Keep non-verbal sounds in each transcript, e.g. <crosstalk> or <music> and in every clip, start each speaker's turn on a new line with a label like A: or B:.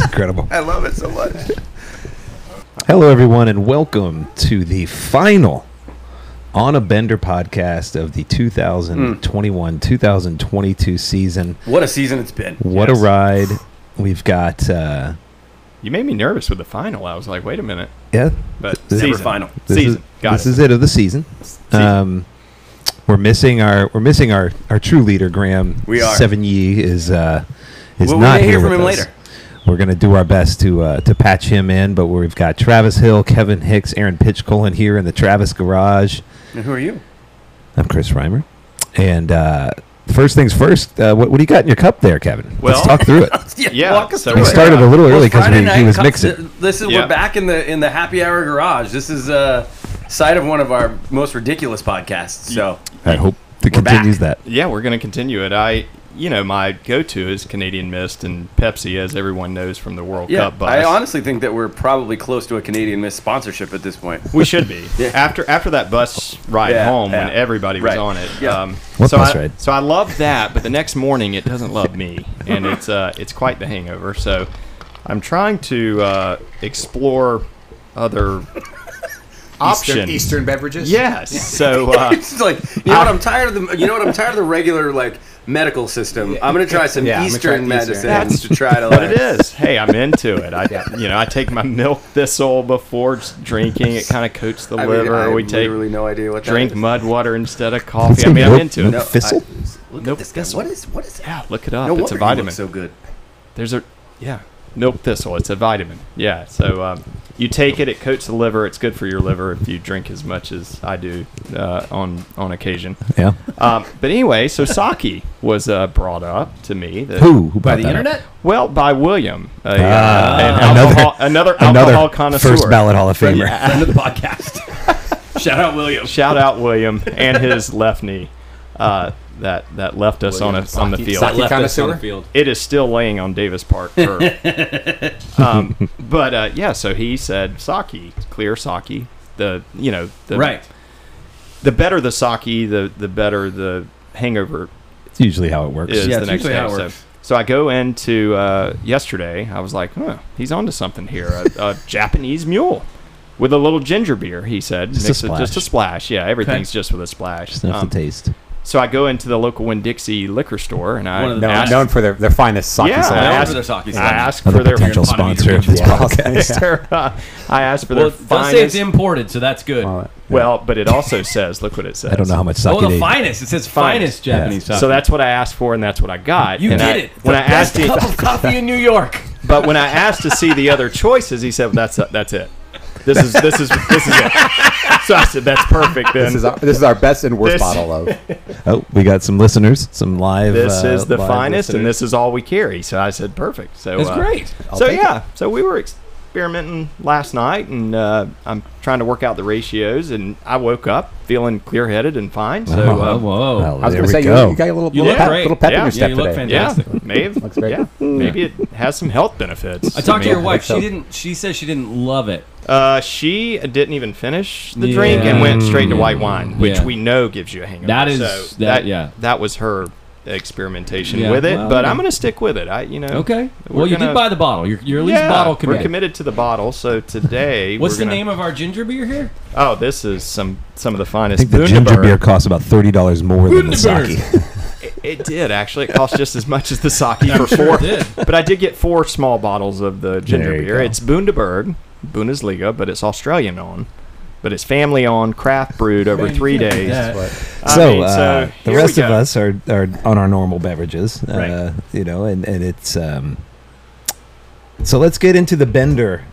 A: incredible.
B: I love it so much.
A: Hello, everyone, and welcome to the final On a Bender podcast of the 2021 2022 season.
C: What a season it's been.
A: What
D: Yes.
A: a ride. We've got, uh,
D: You made me nervous with the final. I was like, wait a minute.
A: yeah,
D: But
A: This-
D: season.
C: Never final.
A: this
D: Season.
A: is
D: Got
A: this
D: it.
A: is it of the season. Um, we're missing our we're missing our, our true leader Graham.
C: We are.
A: Seven Yee is uh, is
C: Well, we
A: not
C: may
A: here
C: hear from
A: with
C: him
A: us.
C: later.
A: We're gonna do our best to uh, to patch him in, but we've got Travis Hill, Kevin Hicks, Aaron Pitchcolin here in the Travis Garage.
C: And who are you? <laughs>
A: I'm Chris Reimer, and uh, first things first, uh, what, what do you got in your cup there, Kevin?
D: Well-
A: Let's talk
D: <laughs>
A: through it.
D: Yeah,
C: walk us
D: so
C: through
A: We
D: we're-
C: it.
A: started a little early because
C: Friday
A: he
C: night
A: was
C: comes-
A: mixing.
C: This is
D: Yeah.
C: we're back in the in the happy hour garage. This is uh side of one of our most ridiculous podcasts. So
A: I hope it
C: We're back.
A: continues that.
D: Yeah, we're going to continue it. I, you know, my go-to is Canadian Mist and Pepsi, as everyone knows from the World
C: yeah,
D: Cup. Bus.
C: I honestly think that we're probably close to a Canadian Miss sponsorship at this point.
D: we should be
C: <laughs> Yeah.
D: after after that bus ride
C: Yeah,
D: home
C: yeah.
D: when everybody was
C: Right.
D: on it.
C: Yeah.
D: Um,
A: What
D: so
A: bus
D: I,
A: ride?
D: So I love that, but the next morning it doesn't love me,
A: <laughs>
D: and it's uh, it's quite the hangover. So I'm trying to uh, explore other
E: Eastern,
D: options.
E: Eastern beverages.
D: Yes. So uh,
C: <laughs> it's just like you know what I'm tired of the you know what I'm tired of the regular like medical system. I'm gonna try some
E: Yeah, I'm gonna try
C: Eastern
E: the Eastern.
C: medicines to try to
D: But
C: like
D: it is. Hey, I'm into it. I,
E: Yeah.
D: you know, I take my milk thistle before s- drinking. It kind of coats the
C: I mean,
D: liver.
C: I
D: we take
C: literally no idea what that
D: drink
C: is.
D: mud water instead of
A: Let's
D: coffee.
A: say
D: I mean,
A: milk-
D: I'm into it.
A: milk
C: No,
A: thistle?
C: Look
D: Nope,
C: at this guy.
D: that's
C: What
D: one.
C: is what is that?
D: Yeah, look it up.
C: No
D: it's
C: wonder you look
D: a vitamin.
C: so good.
D: There's a yeah, milk thistle. It's a vitamin. Yeah. So um, you take it. It coats the liver. It's good for your liver if you drink as much as I do uh, on on occasion.
A: Yeah.
D: Um, but anyway, so sake was uh, brought up to me. that-
A: Who? Who
E: By
A: brought
E: the
A: that up?
E: internet?
D: Well, by William, a, uh,
A: Ah. <laughs>
D: an
A: Another-
D: alcohol, another, alcohol connoisseur.
A: First ballot Hall of Famer.
C: Friend of the podcast.
D: <laughs>
C: Shout out William.
D: Shout out William and his <laughs> left knee uh, that that left us on a, on the field.
E: Saki connoisseur?
F: field.
D: <laughs> It is still laying on Davis Park. For, um, but uh, yeah, so he said sake, clear sake. The you know the
C: Right.
D: the better the sake, the the better the hangover
A: It's usually how it works.
D: is
C: Yeah,
D: the
C: it's
D: next
C: usually
D: day.
C: how it
D: So,
C: works.
D: so I go into uh, yesterday. I was like, huh, he's onto something here. A, a Japanese mule with a little ginger beer. He said,
A: Just a
D: Mix it- just a
A: splash.
D: splash. Yeah, everything's just with a splash.
A: Just enough
D: Um,
A: to taste.
D: so I go into the local Winn Dixie liquor store and I
C: One of the
E: No,
D: ask,
E: known for their, their finest sake
D: Yeah,
E: salad.
D: I
C: Known
D: asked-
C: for their sake
D: I
C: salad.
D: asked
A: Another
D: for their <laughs>
A: potential sponsor of this
E: Yeah.
A: podcast.
D: uh, I asked for
F: Well,
D: their
F: don't say it's
D: finest.
F: imported, so that's good.
E: All that.
D: <laughs> Well, but it also says, look what it says.
A: I don't know how much sake
F: oh, the
A: they
F: finest. It says
D: Finest.
F: finest, Japanese sake.
D: So that's what I asked for, and that's what I got.
F: You
D: and
F: did
D: I-
F: it.
D: When
F: The
D: I asked him,
F: cup of coffee in New
D: <laughs>
F: York.
D: but when I asked to see the other choices, he said, "That's that's it. This is this is this is it." So I said, "That's perfect." Then
E: This is our, this is our best and worst
D: This-
E: bottle
F: <laughs>
E: of.
A: Oh, we got some listeners, some live.
D: This
A: uh,
D: is the
A: live
D: finest, and
A: listeners.
D: this is all we carry. So I said, "Perfect." So
F: That's
D: uh,
F: great.
D: so
E: take
D: yeah, so we were experimenting last night, and uh, I'm trying to work out the ratios, and I woke up feeling clear-headed and fine. So
E: <laughs>
A: Wow.
D: uh,
F: Oh, whoa.
A: Well,
E: I
A: there
E: was going to
A: we
E: say, you,
A: go.
E: you got a little,
F: You
E: little,
F: look
E: pep,
F: great.
E: little pep
D: Yeah.
E: in your
D: Yeah,
E: step
F: you look
E: today.
F: fantastic.
D: yeah, may have,
E: Looks great.
D: yeah, maybe it has some health benefits.
F: I talked to
D: me.
F: your wife.
E: so.
F: She didn't. She says she didn't love it.
D: Uh, she didn't even finish the
F: Yeah.
D: drink and went straight to white wine, which
F: Yeah.
D: we know gives you a hangover.
F: That is-
D: So
F: that- yeah.
D: That was her experimentation
F: Yeah,
D: with it,
F: well,
D: but
F: yeah.
D: I'm gonna stick with it. I, you know.
F: Okay.
D: we're
F: well, you
D: gonna-
F: did buy the bottle. You're, you're at least
D: yeah,
F: bottle
D: We're
F: committed.
D: committed to the bottle, so today.
F: <laughs> What's
D: we're
F: the
D: gonna-
F: name of our ginger beer here?
D: Oh, this is some some of
A: I
D: the finest.
A: think the ginger
D: Bundaberg.
A: beer costs about thirty dollars more than the
F: Bundaberg.
A: sake.
D: It did actually. It cost just as much as the
F: <laughs>
D: sake for
F: Sure
D: four.
F: did.
D: But I did get four small bottles of the ginger
A: There you
D: beer.
A: go.
D: It's Bundaberg, Bundesliga, but it's Australian on. But it's family on craft brewed over three days.
F: Yeah.
A: <laughs>
D: I
A: so,
D: mean,
A: uh, the
D: here we
A: rest of
D: go.
A: us are, are on our normal beverages, uh,
D: Right.
A: you know, and, and it's um, so let's get into the Bender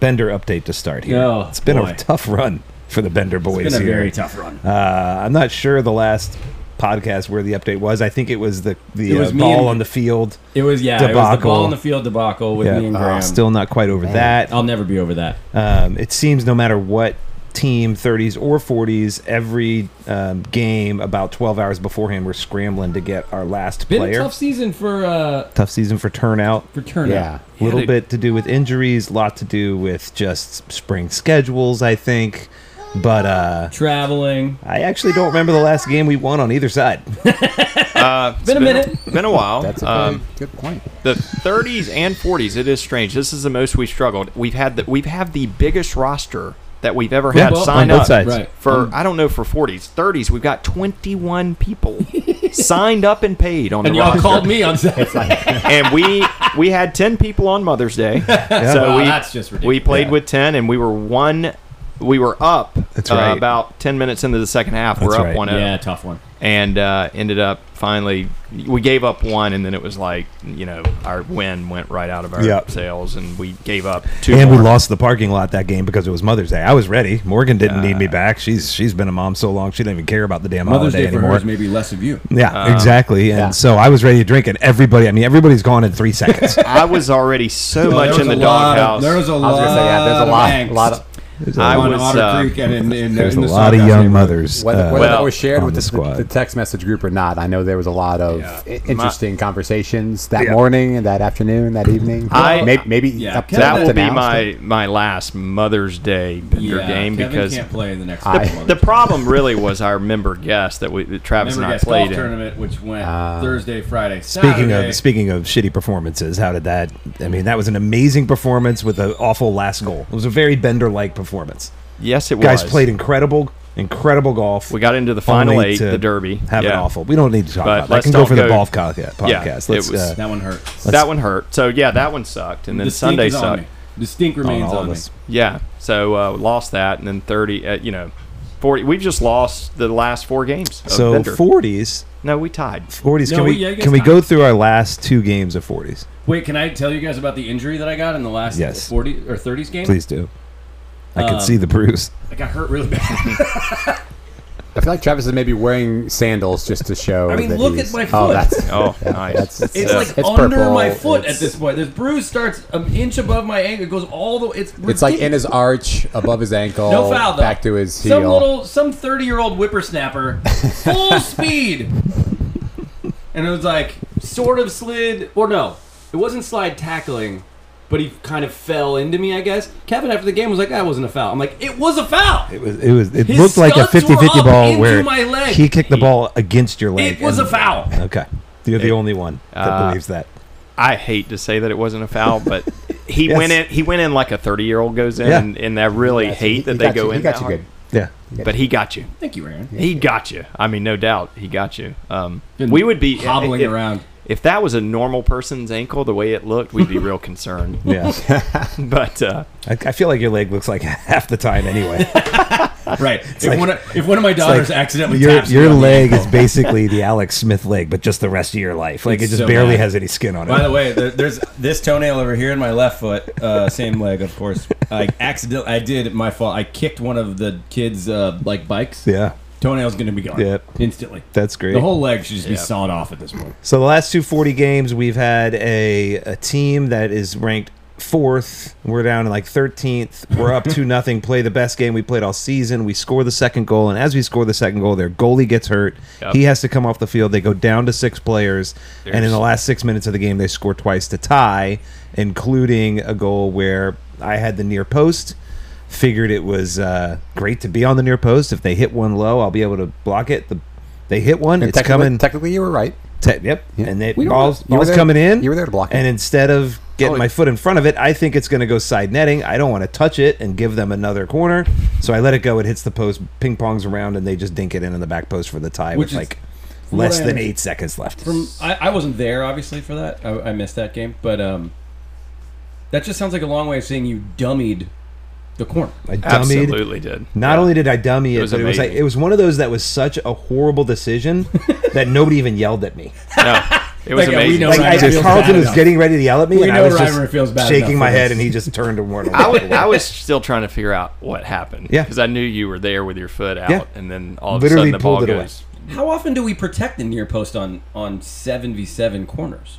A: Bender update to start here.
F: Oh,
A: it's been
F: boy.
A: a tough run for the Bender boys
F: It's been a
A: here.
F: very tough run.
A: uh, I'm not sure the last podcast where the update was. I think it was the the
F: It was
A: uh,
F: me
A: ball
F: and-
A: on the field.
F: It was yeah. It was the
A: Debacle.
F: ball in the field debacle with
A: Yeah,
F: me and
A: uh,
F: Graham.
A: still not quite over that.
F: I'll never be over that.
A: Um, it seems no matter what team, 30s or 40s, every um, game about 12 hours beforehand, we're scrambling to get our last
F: Been
A: player.
F: a tough season for uh
A: Tough season for turnout.
F: for turnout.
E: Yeah.
A: A little
D: Yeah, they-
A: bit to do with injuries, a lot to do with just spring schedules, I think. But uh,
F: Traveling.
A: I actually don't remember the last game we won on either side.
D: Uh, it's
F: Been a minute.
D: Been a while.
E: That's a
D: Um,
E: very good point.
D: the 30s and 40s. It is strange. This is the most we struggled. We've had the we've had the biggest roster that we've ever had
F: well,
D: signed
A: on both
D: up
A: sides.
F: Right.
D: for I don't know for 40s, 30s. We've got 21 people signed up <laughs> and paid on
F: And
D: the
F: y'all
D: roster.
F: called me on Saturday.
D: and we we had 10 people on Mother's Day. So
F: Wow,
D: we
F: that's just ridiculous.
D: we played
F: Yeah.
D: with 10 and we were one we were up uh,
A: That's right.
D: about 10 minutes into the second half. we're
A: That's
D: up
A: right.
D: one oh.
F: Yeah, tough one.
D: and uh, ended up finally we gave up one and then it was like you know our win went right out of our
A: Yep.
D: sails and we gave up
A: <laughs>
D: two
A: And we
D: more.
A: lost the parking lot that game because it was Mother's Day. I was ready. Morgan didn't need me back. She's she's been a mom so long she didn't even care about the damn
F: Mother's
A: holiday
F: Day for her
A: anymore.
F: is maybe less of you.
A: yeah,
D: Um,
A: exactly. And so I was ready to drink, and everybody. I mean, everybody's gone in three
D: <laughs>
A: seconds.
D: I was already so
F: Well,
D: much
F: there
D: in the
F: was a lot of-
D: doghouse.
F: There was a
E: I was
F: lot.
E: gonna say yeah. There's a lot,
F: of,
E: lot
F: angst
E: of
D: I
F: on
D: was,
F: Otter
D: uh,
F: Creek and in, in,
A: There's a
F: in the
A: lot of young
F: Sawgrass neighborhood.
A: mothers.
E: whether,
A: uh,
E: whether
D: well,
E: that was shared
A: on
E: with
A: the
E: the,
A: squad.
E: the, text message group or not. I know there was a lot of i- interesting conversations that morning and that afternoon, that evening.
D: I-
E: May- maybe,
F: Yeah,
E: up to-
F: Kevin-
D: that
E: up
D: will
E: to
D: be
E: now,
D: my my last Mother's Day Bender
F: Yeah,
D: game
F: Kevin
D: because
F: can't play in the next.
E: I-
F: couple
D: the
F: Mother's Days.
D: problem really was our member guest that we that Travis and
F: Remember
D: I
F: that golf
D: played in.
F: tournament, which went Thursday, Friday,
A: Speaking
F: Saturday.
A: of speaking of shitty performances, how did that? I mean, that was an amazing performance with an awful last goal. It was a very Bender-like performance.
D: Yes, it was.
A: Guys played incredible, incredible golf.
D: We got into the final
A: only
D: eight,
A: to
D: the Derby.
A: Have an
D: Yeah.
A: awful. We don't need to talk
D: But
A: about that. I
D: let's
A: can go
D: don't
A: for the
D: go-
A: golf podcast.
D: Yeah,
A: podcast.
D: it
A: Let's,
D: was-
A: uh,
F: that one hurts.
D: that one hurt. So yeah, that one sucked, and then
F: The stink
D: Sunday
F: is on
D: sucked.
F: me. The stink remains
A: all
F: on,
A: of
F: me.
A: us.
D: Yeah. So uh, lost that, and then thirty. Uh, you know, forty. We've just lost the last four games. Of
A: so
D: Bender.
A: 40s,
D: No, we tied.
A: 40s.
F: No,
A: can we
F: yeah, I guess
A: can we
F: not.
A: go through our last two games of 40s?
F: Wait, can I tell you guys about the injury that I got in the last
A: Yes.
F: 40 or 30s game?
A: Please do. I can
F: Um,
A: see the bruise.
F: I got hurt really <laughs> bad.
E: I feel like Travis is maybe wearing sandals just to show.
F: I mean,
E: that
F: look
E: he's-
F: at my foot.
E: Oh, that's <laughs>
D: Oh, nice.
E: that's-
F: It's
D: Yeah.
F: like
E: It's
F: under
E: purple,
F: my foot
E: it's-
F: at this point. This bruise starts an inch above my ankle. It goes all the way. It's,
E: it's like in
F: ridiculous.
E: his arch, above his ankle,
F: no foul though.
E: back to his heel.
F: Some little, some thirty-year-old
A: <laughs>
F: whippersnapper, full speed, and it was like sort of slid, or no, it wasn't slide tackling, but he kind of fell into me. I guess Kevin after the game was like, "That wasn't a foul." I'm like, "It was a foul."
A: It was. It was. It
F: His
A: looked like a
F: studs were
A: 50-50
F: up
A: ball
F: into
A: where
F: my leg.
A: he kicked the ball against your leg.
F: It was
A: and-
F: a foul.
A: <laughs> Okay, you're the only one that
D: Uh,
A: believes that.
D: I hate to say that it wasn't a foul,
E: <laughs>
D: but he
A: Yes.
D: went in. He went in like a thirty-year-old goes in,
A: Yeah.
D: and, and I really hate
E: He
D: that they
E: got
D: go
E: you,
D: in.
E: He got
D: that
E: you
D: hard.
E: good.
A: Yeah.
D: But he got you.
F: Thank you, Aaron.
D: He got you. I mean, no doubt, he got you. Um,
F: Been
D: we would be
A: <laughs>
F: hobbling
D: if-
F: around.
D: If that was a normal person's ankle, the way it looked, we'd be real concerned. <laughs>
F: <laughs>
A: Yeah.
D: But uh,
A: I, I feel like your leg looks like <laughs> half the time
F: <laughs>
A: anyway.
F: Right. If,
A: like-
F: one of, if one of my daughters
A: like
F: accidentally
A: your
F: taps me
A: your
F: on the <laughs>
A: leg
F: ankle-
A: is basically the Alex Smith leg, but just the rest of your life. Like
F: It's
A: it just
F: so
A: barely
F: bad.
A: has any skin on it.
F: By the way, there, there's this toenail over here in my left foot, uh, same leg, of course. I accidentally, I did my fault. I kicked one of the kids' uh, like bikes.
A: yeah,
F: Toenail's gonna be gone.
A: Yep.
F: Instantly.
A: that's great.
F: The whole leg should just be
D: Yep.
F: sawed off at this point.
A: so the last two forty games, we've had a a team that is ranked fourth. We're down in like thirteenth. We're
D: <laughs>
A: up two nothing. Play the best game we played all season. We score the second goal, and as we score the second goal, their goalie gets hurt.
D: Yep.
A: He has to come off the field. They go down to six players, and in
D: There's-
A: the last six minutes of the game, they score twice to tie, including a goal where I had the near post. Figured it was uh, great to be on the near post. If they hit one low, I'll be able to block it. The, they hit one. it's
E: technically,
A: coming.
E: Technically, you were right.
A: Te- yep.
E: Yeah.
A: And they
E: We don't
A: balls,
E: know. You were
A: balls
E: there-
A: coming in.
E: you were there to block it.
A: And instead of getting
D: Oh,
A: my foot in front of it, I think it's going to go side netting. I don't want to touch it and give them another corner. So I let it go. It hits the post, ping pongs around, and they just dink it in in the back post for the tie with
F: Which is-
A: like less
F: I
A: than
F: understand-
A: eight seconds left.
F: From I, I wasn't there obviously for that. I, I missed that game, but um, that just sounds like a long way of saying you dummied the corner.
A: I dummied.
D: absolutely did.
A: Not
D: Yeah.
A: only did I dummy it,
D: was
A: but it was like
D: amazing.
A: it was one of those that was such a horrible
F: <laughs>
A: decision that nobody even yelled at me.
E: <laughs>
D: No, it was
F: Like, uh, we
D: amazing.
F: know
A: Like
F: Ryan
A: I,
F: feels
A: Carlton
F: bad
A: was
F: enough.
A: getting ready to yell at me,
F: We
A: and I
F: know
A: was
F: Reimer
A: just
F: feels bad
A: shaking
F: enough
A: my
F: for
A: head,
F: this.
A: and he just turned and went.
D: I, would,
A: <laughs>
D: I was still trying to figure out what happened.
A: Yeah.
D: because I knew you were there with your foot out,
A: Yeah.
D: and then all of
A: Literally
D: a sudden the ball
A: pulled it away.
D: goes.
F: How often do we protect the near post on on seven v seven corners?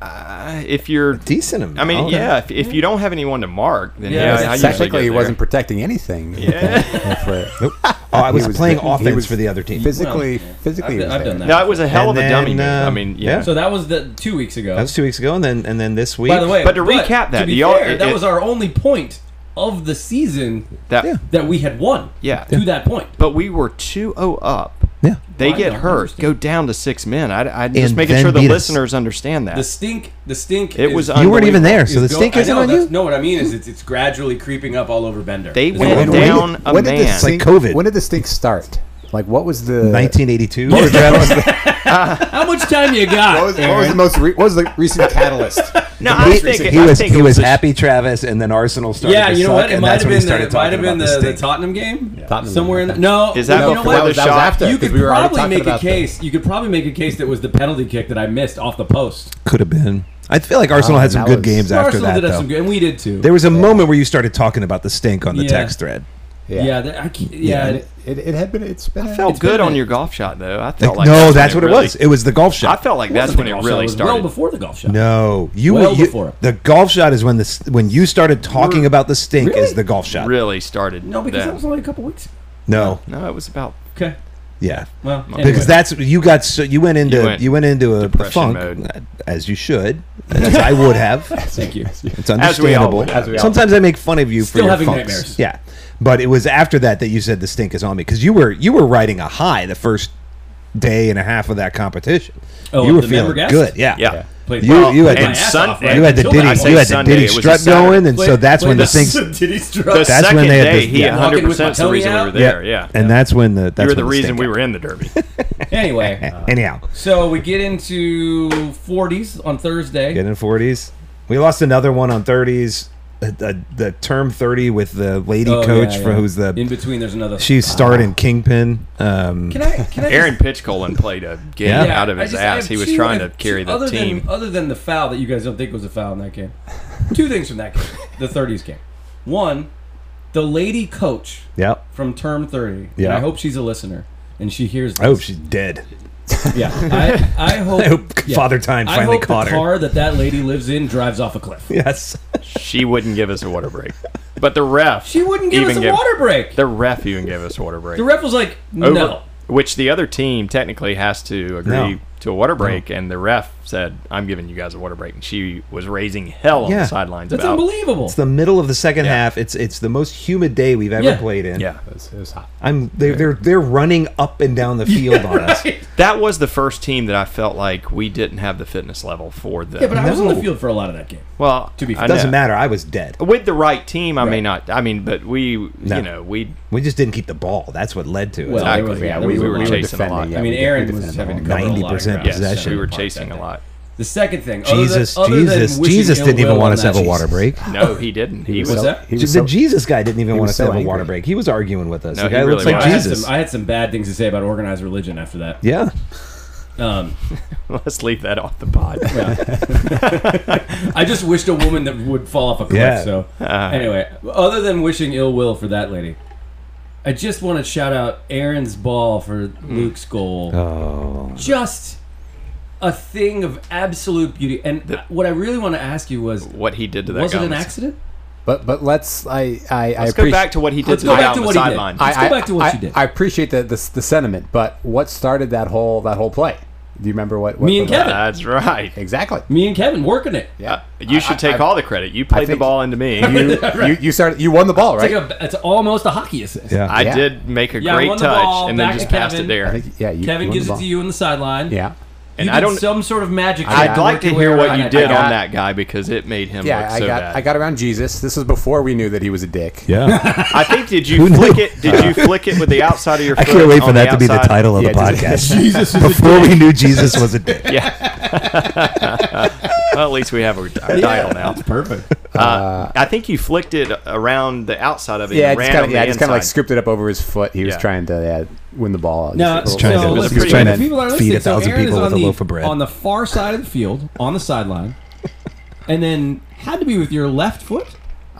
D: Uh, If you're,
A: decent amount.
D: I mean, yeah, if, if you don't have anyone to mark, then
F: Yeah,
D: yeah,
F: that's
D: I usually
E: Technically,
D: get
E: he
D: there.
E: wasn't protecting anything. <laughs>
D: Yeah.
E: That's right.
A: Oh, I was,
E: was
A: playing
E: good. He
A: offense
E: was
A: for the other team.
E: Physically,
F: Well,
E: physically,
F: I've,
E: he
F: done-
E: was
F: I've
E: there.
F: done that.
D: No, it was a hell
A: And
D: of a dummy
A: then,
D: move.
A: uh,
D: I mean, yeah.
A: yeah.
F: So that was the two weeks ago.
A: That was two weeks ago, and then and then this week.
F: By the way,
D: But to recap that,
F: to be
D: y'all-
F: fair,
D: it-
F: that
D: it-
F: was our only point of the season
D: that,
A: Yeah.
F: that we had won.
D: Yeah.
F: to that point.
D: But we were 2 0 up
A: Yeah.
D: They
F: I
D: get
F: don't
D: hurt,
F: understand.
D: go down to six men. I, I just
A: And
D: making
A: then
D: sure the
A: beat us.
D: listeners understand that.
F: The stink. The stink.
D: It
F: is-
D: was
A: You weren't even there,
F: is
A: so the
F: go-
A: stink
F: I
A: isn't
F: know,
A: on
F: that's-
A: you.
F: No, what I mean is it's, it's gradually creeping up all over Bender.
D: They
F: There's
D: went
F: no-
D: down.
E: did-
D: a
E: did the
D: man. It's
A: like
E: stink-
A: COVID.
E: When did the stink start? Like, what was the
A: 1982.
F: How much time you
E: What
F: got?
E: was, what was the most? Re- what was the recent
F: <laughs>
E: catalyst?
D: no, I
A: he,
D: think
A: he
D: I
A: was
D: think
A: he
D: it
A: was
D: a-
A: happy Travis, and then Arsenal started.
F: Yeah,
A: to
F: you know
A: suck,
F: what? It
A: and
F: might
A: that's when
F: have
A: he
F: been the,
A: started
F: it might have
A: talking
F: been
A: about
F: the, the
A: stink.
F: Tottenham game.
E: Tottenham
F: Somewhere in
E: game.
F: the, no.
D: Is that
F: you know
D: before
F: what?
D: the
E: that was
D: shot?
E: after.
F: You
E: 'cause
F: could
E: we were already
F: probably
E: talking
F: make a
E: about the-
F: case. You could probably make a case that was the penalty kick that I missed off the post.
A: Could have been. I feel like Arsenal
E: Oh,
A: had some
E: that
A: good
E: was-
A: games after
F: Arsenal
A: that,
F: did have
A: though.
F: some good, and we did too.
A: There was a moment where you started talking about the stink on the
F: Yeah.
A: text thread.
F: yeah,
E: yeah.
F: that, I, can't-
E: Yeah,
F: yeah.
E: and it, it, it had been. It's been.
D: I felt
F: It's been
D: good
F: a-
D: on your golf shot though. I felt like
A: no,
D: when
A: that's what it
D: really-
A: was. It was the golf
D: I
A: shot.
D: felt like that's
F: the
D: when it
F: golf shot.
D: really
F: was
D: started.
F: Well before the golf shot.
A: No, you
F: Well
A: were you,
F: before.
A: the golf shot is when the s- when you started talking about the stink
F: Really?
A: as the golf shot.
D: really started.
F: No, because
D: then.
F: that was only a couple weeks.
A: No,
D: no, it was about
F: Okay.
A: yeah,
F: Well, anyway.
A: because that's you got so you went into you
D: You
A: went,
D: went
A: into a, a
D: depression
A: funk
D: mode.
A: as you should, as I would
D: <laughs>
A: have.
F: Thank you.
A: It's
D: As we all
A: understandable.
D: would have. As
E: we all
A: Sometimes I make fun of you for
F: Still
A: your
F: having
A: funks.
F: nightmares.
A: Yeah, but it was after that that you said the stink is on me because you were you were riding a high the first day and a half of that competition.
F: Oh,
A: you were
F: the
A: feeling
F: member guest?
A: good. Yeah,
D: yeah.
F: Played
A: You-
F: well,
A: you had
F: played
A: the-
F: my ass
D: Sun-
F: off,
D: and
F: right?
A: You had the
F: Until that
A: Diddy,
D: I say
A: you had the
D: Sunday,
A: Diddy
D: it was a
A: strut
D: Saturday.
A: going, and
F: Play-
A: so that's
F: play
A: when the
F: <laughs> the
A: things.
F: Sun Diddy strut.
D: The
A: That's
D: second
A: when they had
D: day,
A: this-
D: he
A: yeah.
D: hundred
F: Walking with my
D: percent the
F: tummy
D: reason we were
F: out.
D: there. Yeah,
A: and that's when the that's
D: you were
A: when
D: the reason
A: stink
D: we
A: happened.
D: were in the
A: <laughs>
D: derby.
F: Anyway,
A: Anyhow,
F: so we get into 40s on Thursday.
A: Getting forties. We lost another one on thirties. Uh, The, the term thirty with the lady
F: Oh, yeah,
A: coach
F: yeah.
A: for who's
F: in Ah.
A: the
F: between. There's another.
A: she's starting kingpin. Um,
F: Can I? Can I?
D: Aaron
F: just,
D: Pitchcolin played a game
A: Yeah.
D: out of
F: I
D: his
F: just- I
D: ass.
F: have
D: He was
F: two-
D: trying
F: I
D: to
F: have
D: carry
F: two-
D: the
F: other
D: team.
F: <laughs> Than, other than the foul that you guys don't think was a foul in that
A: <laughs>
F: game, two things from that game, the 30s game. One, the lady coach
A: yep.
F: from Term 30. and
A: Yeah.
F: I hope she's a listener and she hears. This.
A: I hope she's dead. <laughs>
F: Yeah. I, I hope.
A: I hope
F: yeah.
A: Father Time
F: I
A: finally
F: hope
A: caught
F: the
A: her.
F: car that that lady lives in drives off a cliff.
A: Yes.
D: she wouldn't give us a water break. But the ref,
F: She wouldn't give
D: even
F: us a
D: gave-
F: water break.
D: The ref even gave us a water break.
F: The ref was like, no.
D: Over- Which the other team technically has to agree
A: No.
D: to a water break, and the ref said, "I'm giving you guys a water break," and she was raising hell on
A: Yeah.
D: the sidelines
F: That's
D: about.
F: unbelievable.
A: It's the middle of the second
D: Yeah.
A: half. It's it's the most humid day we've ever
F: Yeah.
A: played in.
D: Yeah,
E: It was, it was hot.
A: I'm they're they're, they're running up and down the field
F: <laughs>
A: on us.
D: that was the first team that I felt like we didn't have the fitness level for them.
F: Yeah, but I was on
A: No.
F: the field for a lot of that game.
D: well,
F: To be
D: I
F: fair.
A: It doesn't
D: know.
A: matter. I was dead.
D: With the right team, I may
F: Right.
D: not. I mean, but we,
A: No.
D: you know, we
A: We just didn't keep the ball. That's what led to it.
F: Well, there
D: Exactly,
F: was-
D: yeah,
F: there
D: we-
F: was a
D: we were
F: lot.
D: chasing a lot.
E: defending,
F: I mean,
E: we- we
F: Aaron
E: defended
F: was
E: the
F: having to
E: ball.
F: cover a lot of
A: 90%
F: ground.
A: possession.
D: we were
F: Park
D: chasing a
F: that
D: lot.
F: The second thing, other than-
A: Jesus,
F: other than
A: Jesus,
F: wishing
A: Jesus
F: ill
A: didn't even
F: will
A: want
F: on
A: us to have
F: that-
A: a water break.
D: No, he didn't. He, was.
F: was
E: so,
F: that?
E: he
A: Just
E: was
A: the
E: so,
A: Jesus guy didn't even
E: he
A: want
E: was
A: us to
E: so
A: have a water
E: angry.
A: break. He was arguing with us.
D: No,
A: the
D: he
A: guy
D: really
A: looks like
F: I had,
A: Jesus.
F: some, I had some bad things to say about organized religion after that.
A: yeah.
F: Um,
D: <laughs> Let's leave that off the pod.
F: I just wished a woman that would fall off a cliff.
A: Yeah.
F: So anyway, other than wishing ill will for that lady, I just want to shout out Aaron's ball for Luke's goal.
A: Oh.
F: Just a thing of absolute beauty. And what I really want to ask you was,
D: what he did to that
F: was
D: guy.
F: it an
D: on the-
F: accident?
E: But but let's I I, I
D: Let's go
E: appreciate.
D: back to what he did
F: Let's
D: to
F: go
D: the guy
F: back to
D: on the
F: what he did.
D: sideline.
F: I- Let's go
E: I,
F: back to what
E: I,
F: you did.
E: I appreciate the, the the sentiment, but what started that whole that whole play? Do you remember what? what
F: Me and
E: what-
F: Kevin.
D: That's right. Uh,
E: Exactly.
F: Me and Kevin working it. <laughs>
E: Yeah.
D: You should take
E: I-
D: all the credit. You played the
E: think-
D: ball into me.
E: You, you you started. You won the ball,
F: It's
E: right?
F: like a, it's almost a hockey assist.
A: Yeah.
D: I
E: Yeah.
D: did make a
F: Yeah, I
D: great
F: won
D: touch
F: the ball,
D: and then
F: back
D: just
F: to
D: passed it
F: Kevin.
D: there.
E: I think- yeah. You,
F: Kevin
E: you won
F: gives
E: the
F: it
E: ball.
F: to you on the sideline.
E: Yeah.
D: And
F: you
D: I
F: did
D: don't-
F: some sort of magic.
E: I'd
D: I'd
F: trick
D: like
F: work
D: to
F: your
D: hear
F: way
D: what
F: around
D: you
F: it.
D: did
F: I got-
D: on that guy because it made him
E: Yeah.
D: look
E: I
D: so
E: got
D: bad.
E: I got around Jesus. This was before we knew that he was a dick.
A: Yeah.
D: <laughs> I think did
A: Who
D: you
A: knew?
D: flick it? Did you flick it with the outside of your?
A: I
D: foot
A: can't wait for
D: on
A: that to be the
D: outside?
A: title of the
E: Yeah,
A: podcast. Jesus Before we knew Jesus was a
F: <laughs>
A: dick.
D: Yeah. well, at least we have a, a title now.
F: Perfect.
D: Uh, I think you flicked it around the outside of it.
E: Yeah,
D: and
E: just
D: ran
E: kind
D: on
E: of
D: the
E: yeah, just kind of like
D: inside.
E: scooped it up over his foot. He was
D: Yeah.
E: trying to yeah, win the ball.
F: No,
E: Just a
A: trying to-
E: little-
A: was
F: so let's
D: pretty
F: pretend
D: good.
F: that people are
A: Feed
F: listening.
A: a thousand
F: so Aaron
A: people
F: is
A: with
F: on
A: a
F: the,
A: loaf of bread.
F: on the far side of the field, on the sideline, and then had to be with your left foot.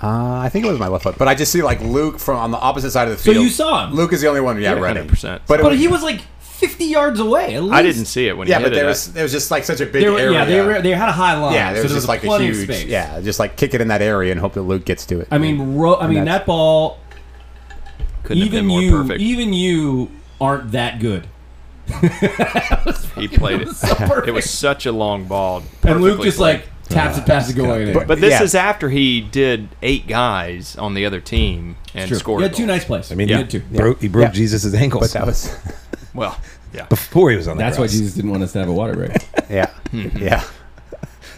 E: Uh, I think it was my left foot, but I just see like Luke from on the opposite side of the
F: So
E: field.
F: you saw him.
E: Luke is the only one. Yeah,
D: Yeah,
E: running.
D: 100%.
E: But, it
F: But
E: was,
F: he was like 50 yards away. At least.
D: I didn't see it when
E: yeah,
D: he
E: but
D: hit
E: there
D: it.
E: was there was just like such a big
F: They were,
E: area.
F: yeah, they, were, they had a high line.
E: Yeah, there
F: so
E: was just like a
F: plenty of
E: huge
F: space.
E: yeah, just like kick it in that area and hope that Luke gets to it.
F: I mean, ro- I mean
E: that's-
F: that ball.
D: Couldn't have been
F: even
D: more
F: you,
D: perfect.
F: even you, aren't that good.
D: he played it.
F: So perfect.
D: It was such a long ball.
F: and Luke
D: perfectly
F: just
D: played.
F: like taps it past the goal line.
E: But-
D: But this
E: Yeah.
D: is after he did eight guys on the other team and
F: True.
D: scored.
F: You
D: a
F: had two
D: goal.
F: nice plays. I
A: mean,
F: you
A: yeah.
F: had two.
A: Broke, he broke
E: Yeah.
A: Jesus' ankles.
E: but that was <laughs>
D: Well, yeah.
A: <laughs> Before he was on the
F: That's why
A: cross.
F: Jesus didn't want us to have a water <laughs> break.
E: <laughs> Yeah, yeah.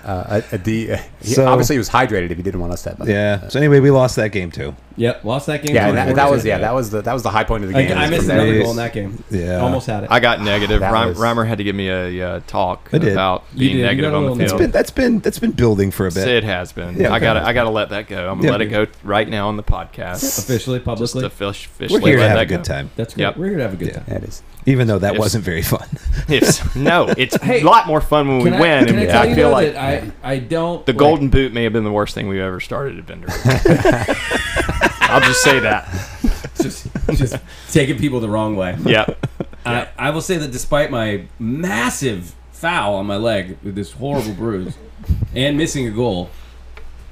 E: Uh, a, a D, uh, he-
A: So-
E: obviously, he was hydrated if he didn't want us to have.
A: Yeah. So anyway, we lost that game too.
F: yep, lost that game.
E: yeah. and That, that was
F: 24%.
E: yeah. That was the that was the high point of the
F: Like,
E: game.
F: I
E: was
F: missed
E: that-
F: another
A: Yes.
F: goal in that game.
A: Yeah.
F: almost had it.
D: I got negative.
E: That
D: Reim-
E: was-
D: Reimer had to give me a uh, talk
A: I did.
D: about
F: You
D: being
F: did. You
D: negative
F: got a
D: on the
F: little- It's
D: field.
A: It's been that's been that's been building for a bit.
D: It has been.
A: Yeah.
D: I gotta I gotta let that go. I'm gonna
A: Yeah.
D: let it go right now on the podcast.
F: officially,
D: Just
F: publicly.
D: to fish, fish
A: We're here to
D: let
A: have
D: that
A: a
D: go.
A: good time,
F: That's great.
D: Yep.
F: We're here to have a good time.
E: Yeah, it is.
A: even though that
D: Yes.
A: wasn't very fun. <laughs>
D: It's, no, it's a lot more fun when we
F: Can I-
D: win.
F: can
D: and
F: I,
D: I,
F: tell you
D: feel
F: though
D: like
F: that I, I don't
D: the
F: like,
D: golden boot may have been the worst thing we've ever started
A: <laughs>
D: at Bender. I'll just say that.
F: <laughs> just, just taking people the
D: <laughs>
F: wrong way.
D: Yeah.
F: I, I will say that despite my massive foul on my leg with this horrible bruise and missing a goal,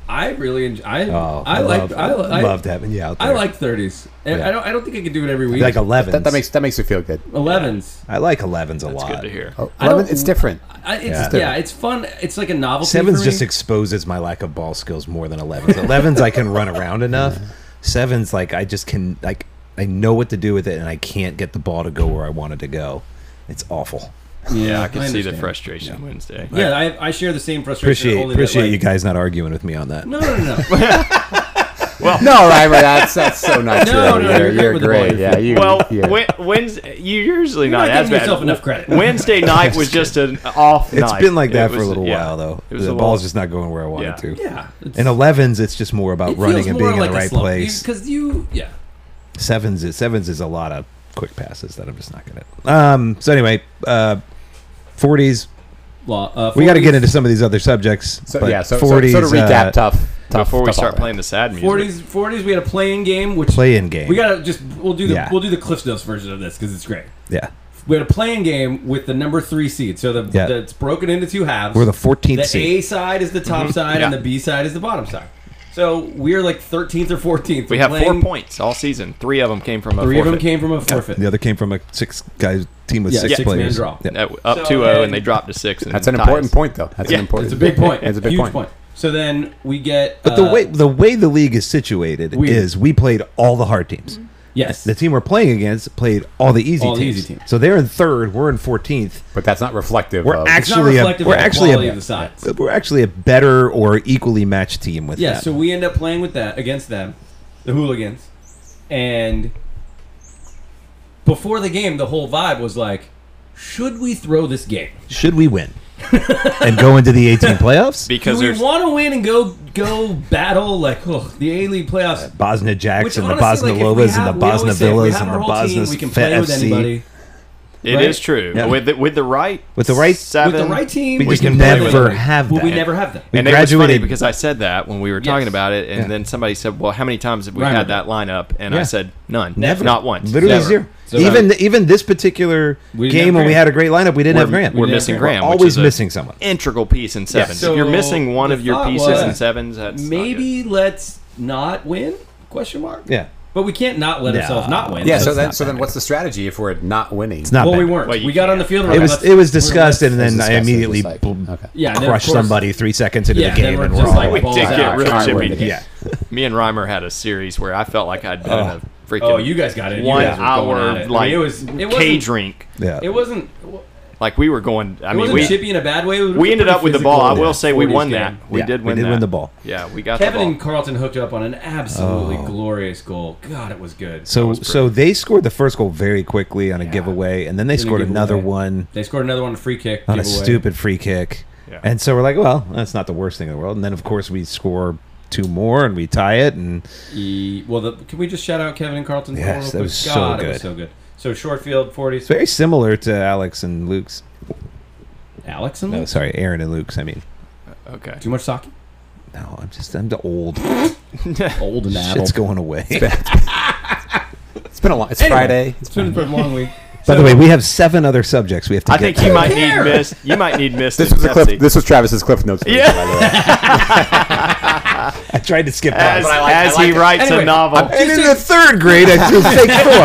F: I really enjoy. I
A: Oh,
F: I,
A: loved,
F: like I, I
A: loved having you out there.
F: I like thirties.
A: Yeah.
F: I don't I don't think I could do it every week.
A: like elevens.
E: That, that makes that makes me feel good.
F: elevens.
A: I like elevens a
D: It's
A: lot.
D: good to hear.
E: Oh,
F: I don't-
E: 11, it's different.
F: I, it's, yeah.
A: Yeah.
F: it's fun. It's like a novelty.
A: Sevens
F: for me.
A: just exposes my lack of ball skills more than elevens. Elevens I can run around enough. Sevens like I just can like I know what to do with it and I can't get the ball to go where I want it to go. It's awful.
D: Yeah, I can see the
F: understand.
D: frustration Wednesday.
F: Yeah, I, I share the same frustration.
A: Appreciate
F: only that,
A: appreciate
F: like-
A: you guys not arguing with me on that.
F: No,
A: <laughs>
F: no, no, no.
E: <laughs> No, Reimer, that's that's so nice.
F: No,
E: really.
F: no, you're
E: you're,
F: good
E: you're
F: with the ball.
E: great. Yeah, you.
D: Well,
E: yeah.
D: Wed- Wednesday, you're usually not,
F: not
D: as
F: giving
D: bad.
F: yourself enough
A: <laughs>
F: credit.
D: Wednesday night was just an off
A: It's
D: night.
A: been like that
D: It
A: for a
D: was-
A: little
D: yeah.
A: while though.
D: It was
A: the
D: a
A: ball's
D: little-
A: just not going where I want
D: Yeah.
A: it to.
F: Yeah, it's,
A: In elevens, it's just more about
F: it
A: running
F: feels
A: and
F: more
A: being in
F: like
A: the
F: a
A: right
F: slump.
A: place.
F: because you, yeah.
A: Sevens is sevens is a lot of quick passes that I'm just not gonna. Um. So anyway, uh, forties.
F: Law, uh,
A: We got to
F: 40s
A: get into some of these other subjects.
E: so
A: but
E: yeah. So, so, so to
A: 40s,
E: recap,
A: uh,
E: tough, tough.
D: Before we
E: tough
D: start
E: offense.
D: playing the sad music.
F: 40s 40s we had a playing game which
A: play-in game.
F: we gotta just we'll do the
A: Yeah.
F: we'll do the cliff's notes version of this because it's great
A: yeah,
F: we had a playing game with the number three seed so the,
A: Yeah.
F: the it's broken into two halves
A: we're the 14th
F: the
A: seed.
F: a side is the top side and
D: Mm-hmm. Yeah.
F: the b side is the bottom side so we're like 13th or 14th
D: We
F: We're
D: have four
F: playing-
D: points all season. Three of them came from a
F: three of them
D: forfeit.
F: came from a forfeit
A: The other came from a six guy team with
F: Yeah,
A: six,
F: six-man
A: players.
F: draw.
A: Yeah.
D: Uh, up
F: So,
D: 2 0, and they
F: and-
D: dropped to 6. And
E: That's an
D: ties.
E: important point, though. That's
D: Yeah,
E: an important.
F: it's a big point
E: It's a big
F: huge
E: point.
F: so then we get
A: But the
F: uh,
A: way the way the league is situated
F: We-
A: is we played all the hard teams.
F: yes
A: The team we're playing against played all the easy
F: All the
A: teams.
F: easy teams.
A: So they're in third. We're in 14th.
E: But that's not reflective.
A: We're
E: of,
F: it's not
A: actually a,
F: reflective
A: we're
F: of the
A: actually
F: quality
A: a,
F: of the sides.
A: we're actually a better or equally matched team with
F: Yeah,
A: that.
F: so we end up playing with that against them, the hooligans, and before the game, the whole vibe was like, should we throw this game?
A: Should we
F: <laughs>
A: win and go into the 18 playoffs?
D: Because
F: Do we
D: there's.
F: want to win and go go battle like oh, the A League playoffs?
A: Bosnia Jacks
F: Which
A: and the Bosnia
F: honestly, like, if we
A: Lovas
F: have-
A: and the
F: we always
A: Bosnia
F: say if we
A: Villas
F: have
A: and
F: our
A: the
F: whole team,
A: Bosnia
F: we can play with
A: FC.
F: anybody.
D: It is
F: right?
D: true.
A: Yeah.
D: With, the, with the right.
A: With the right-
D: Seven.
F: With the right team,
A: We
F: we
A: just
F: can play with
A: never
F: anybody.
A: have
F: Well, we
A: that.
F: never have that.
A: We
D: and it was funny
A: graduated
D: because I said that when we were talking
F: Yes.
D: about it, and
A: Yeah.
D: then somebody said, "Well, how many times have we
F: Right.
D: had that lineup?" And I
A: Yeah.
D: said, "None,
A: Never.
D: not once,
A: Literally
D: Never.
A: zero.
F: So-
A: even even this particular
F: We didn't have
A: game when we
F: Graham.
A: had a great lineup, we didn't
D: We're,
A: have Graham.
D: we're
F: didn't
D: missing
F: have Graham.
D: Graham.
A: We're
D: which
A: always
D: is a
A: missing someone.
D: Integral piece in sevens.
F: So
D: if you're missing one
F: the
D: of your
F: thought
D: pieces
F: was,
D: in sevens, that's not
F: Maybe let's not win? Question mark.
A: Yeah,
F: But we can't not let
A: No.
F: ourselves not win.
E: Yeah. So
A: That's
E: then,
A: not
E: so then,
A: bad.
E: what's the strategy if we're not winning?
A: it's not.
F: well,
A: bad.
F: we weren't.
D: Well, you
F: we got on the field. and
A: It
F: we're
A: was
F: like,
A: it was
F: let's- we're-
A: discussed, and
E: It was
A: then I
E: discussed, it was
A: immediately
E: like-
A: bl-
E: okay.
F: Yeah, and then, of
A: crushed
F: course-
A: somebody three seconds into
F: Yeah,
A: the
F: then
A: game,
F: we're
A: and
F: just
A: we're all
F: like,
A: like,
D: good. We did
E: Alright,
D: get
E: alright,
D: real
E: alright, we're
D: chippy.
E: good.
A: yeah.
D: Me and Reimer had a series where I felt like I'd been in a freaking
F: Oh, you guys got it. You
D: one
F: guys were
D: hour
F: going at it. I mean,
D: like
F: it was- it wasn't-
D: cage rink.
A: yeah.
F: It wasn't. It
D: Like we were going. I mean,
F: wasn't
D: we
F: chippy in a bad way. It was
D: we
F: a
D: ended
F: pretty
D: up with the ball. I
F: physical
D: will say we
F: 40s
D: won
F: game.
D: that. We
A: Yeah,
D: did
A: we
D: win.
A: did
D: that.
A: win the ball.
D: Yeah, we got
F: Kevin
D: the ball.
F: and Carlton hooked up on an absolutely glorious goal. God, it was good.
A: Oh. So so they scored the first goal very quickly on a giveaway, and then they
F: a
A: scored another
F: giveaway.
A: one
F: they scored another one on a free kick.
A: on a
F: giveaway.
A: stupid free kick.
D: Yeah.
A: And so we're like, well, that's not the worst thing in the world. And then of course we score two more and we tie it, and
F: E- well, the, can we just shout out Kevin and Carlton? for
A: Yes,
F: real
A: that
F: quick?
A: was so
F: God, It was
A: good.
F: so good. So short field, forties.
A: it's very similar to Alex and Luke's.
F: Alex and
A: No,
F: Luke?
A: sorry, Aaron and Luke's. I mean,
D: Okay.
F: Too
D: <laughs>
F: much soccer.
A: no, I'm just I'm the
F: <laughs>
A: old.
F: Old and
A: Shit's going away.
E: It's been a long. It's
F: Anyway,
E: Friday. It's
F: It's been a long week.
A: <laughs> By the
F: So-
A: way, we have seven other subjects we have to
D: I
A: get
D: think
A: to.
D: you might need miss. You might need miss.
E: This
D: and
E: was a cliff.
D: Pepsi.
E: This was Travis's cliff notes. <laughs> version,
D: Yeah.
E: by the way.
A: <laughs> I tried to skip
D: as,
A: that.
D: as he writes
F: Anyway,
D: a novel.
A: And in the third grade, I threw
F: <laughs>
A: fake four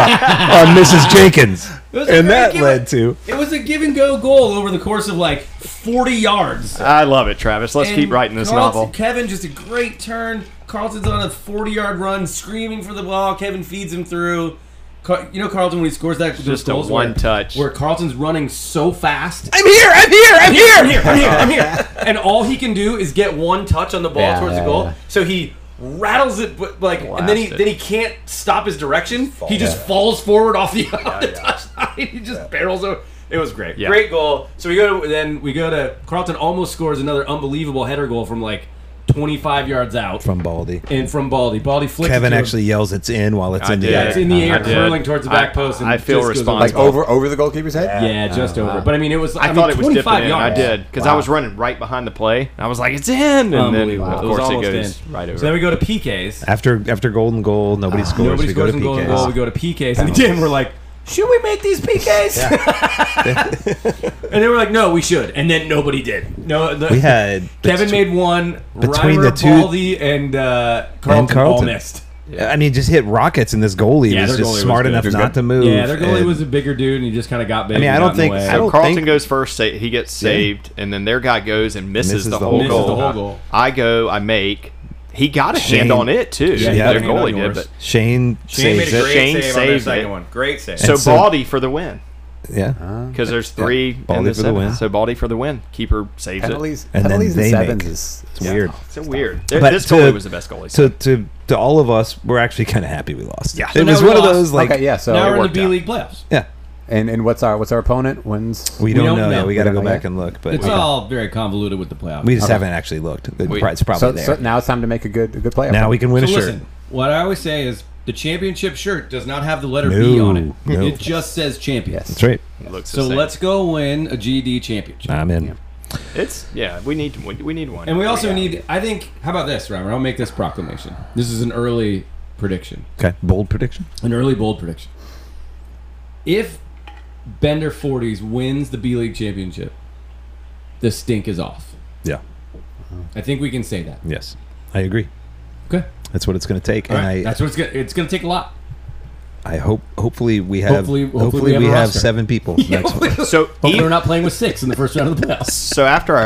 A: on Mrs. Jenkins,
F: was a
A: and
F: great
A: that
F: game.
A: led to
F: It was a give and go goal over the course of like 40 yards.
D: I love it, Travis. Let's keep
F: And
D: writing this
F: Carlton-
D: novel.
F: Kevin just a great turn. Carlton's on a 40 yard run, screaming for the ball. Kevin feeds him through. Car- you know Carlton when he scores that
D: just a
F: those goals where-
D: one touch.
F: where Carlton's running so fast.
A: I'm here. I'm here. I'm here.
F: I'm here, I'm here, I'm here. And all he can do is get one touch on the ball
E: Yeah,
F: towards
E: yeah,
F: the goal.
E: yeah.
F: So he rattles it but, like and then he
D: Blast it.
F: then he can't stop his direction. He just falls forward off <laughs> the, off the touchline. He just barrels over. It was great.
D: Yeah.
F: Great goal. So we go to then we go to Carlton almost scores another unbelievable header goal from like 25 yards out
A: From Baldy.
F: and from Baldy. Baldy flicks it
A: Kevin
F: to him.
A: actually yells, "It's in!" while it's
D: I
A: in the
D: did.
F: Yeah,
A: air.
F: it's in the
D: I
F: air,
D: did.
F: curling towards the
D: I-
F: back post. And
D: I feel
F: just goes over.
E: Like
D: responsible.
E: over over the goalkeeper's head?
F: Yeah, just over. But I mean, it was. I,
D: I,
F: mean,
D: thought it was dipping
F: 25
D: in. I
F: yards.
D: did because I was running right behind the play. And I was like, "It's in!" And then,
F: Unbelievable.
D: of
F: it was
D: course, it
F: almost
D: goes
F: in.
D: right over.
F: So then we go to PKs.
A: After after golden goal, nobody scores.
F: Ah, Nobody
A: we go
F: scores
A: to
F: and goal and
A: PKs.
F: goal. We go to
A: <laughs>
F: PKs. And then we're like, should we make these PKs? <laughs> and they were like, no, we should. And then nobody did. No, the,
A: We had
F: <laughs> Kevin made one.
A: between
F: Reimer,
A: the two-
F: Baldy and uh, Carlton,
A: Carlton.
F: all missed.
A: I mean, just hit rockets, and this goalie
F: Yeah,
A: was
F: their
A: just
F: goalie
A: smart
F: was good.
A: enough
F: He was
A: not
F: good.
A: to move.
F: yeah, their goalie
A: and-
F: was a bigger dude, and he just kind of got big.
A: mean,
F: and
A: I
F: got
A: don't
F: in the
A: think-
F: way.
A: I
D: So
A: don't
D: Carlton
A: think-
D: goes first. Say, he gets saved, and then their guy goes and misses, the, whole
F: Misses
D: goal.
F: the whole goal.
D: I go. I make. He got a
A: Shane-
D: hand on it too.
F: Yeah,
A: he got
D: their
A: a hand
F: on
D: goalie did.
F: yours.
D: But
A: Shane,
C: Shane made
A: saves
C: a
A: it.
C: great
D: Shane
C: save on their
D: saved
C: second
D: it.
C: one. Great save.
D: so,
A: so-
D: Baldy for the win
A: Yeah,
D: because there's three
A: Baldy
D: in the
A: for the
D: seven.
A: win.
D: So Baldy for the win. Keeper saves
E: Penalties,
A: And then
E: penalties
A: they
E: and sevens
A: make-
E: is
A: it's weird.
D: it. So weird. There-
A: But
D: this
A: to-
D: goalie was the best goalie.
A: So to to all of us, we're actually kind of happy we lost. Yeah, it
F: now
A: was
F: we
A: one of
F: lost.
A: those like
E: okay, yeah. So
F: now we're in
D: worked
F: the
D: out.
F: B League playoffs.
A: yeah.
E: and and what's our what's our opponent? Wins
A: We don't,
F: don't
A: know.
F: know.
A: We
F: We
A: got to
E: don't
A: go
E: know
A: back
E: yet.
A: and look, but
F: It's
A: we,
F: all very convoluted with the playoffs.
A: we just haven't actually looked. It-
D: We-
A: It's probably
E: so,
A: there.
E: so now it's time to make a good a good playoff.
A: now we can win
F: So
A: a shirt.
F: listen, what I always say is the championship shirt does not have the letter B
A: No,
F: on it.
A: no.
F: It just says champion.
E: Yes.
A: That's right.
D: It looks the
F: So
D: same.
F: let's go win a GD championship.
A: I'm in.
D: It's yeah. We need we, we need one.
F: And we also
D: Yeah.
F: need, I think, how about this, Robert? I'll make this proclamation. This is an early prediction,
A: Okay, bold prediction.
F: an early bold prediction. If Bender 40s wins the B League championship, the stink is off.
A: Yeah.
F: I think we can say that.
A: Yes, I agree.
F: Okay.
A: That's what it's going to take,
F: All
A: and
F: right.
A: I
F: That's what it's going to It's going to take a lot.
A: I hope hopefully we have hopefully,
F: Hopefully- hopefully we have
A: we
F: a
A: have
F: roster.
A: seven
F: <laughs>
A: people next one.
D: So
F: Hopefully
D: even-
F: we're not playing with six in the first round of the playoffs.
D: So after our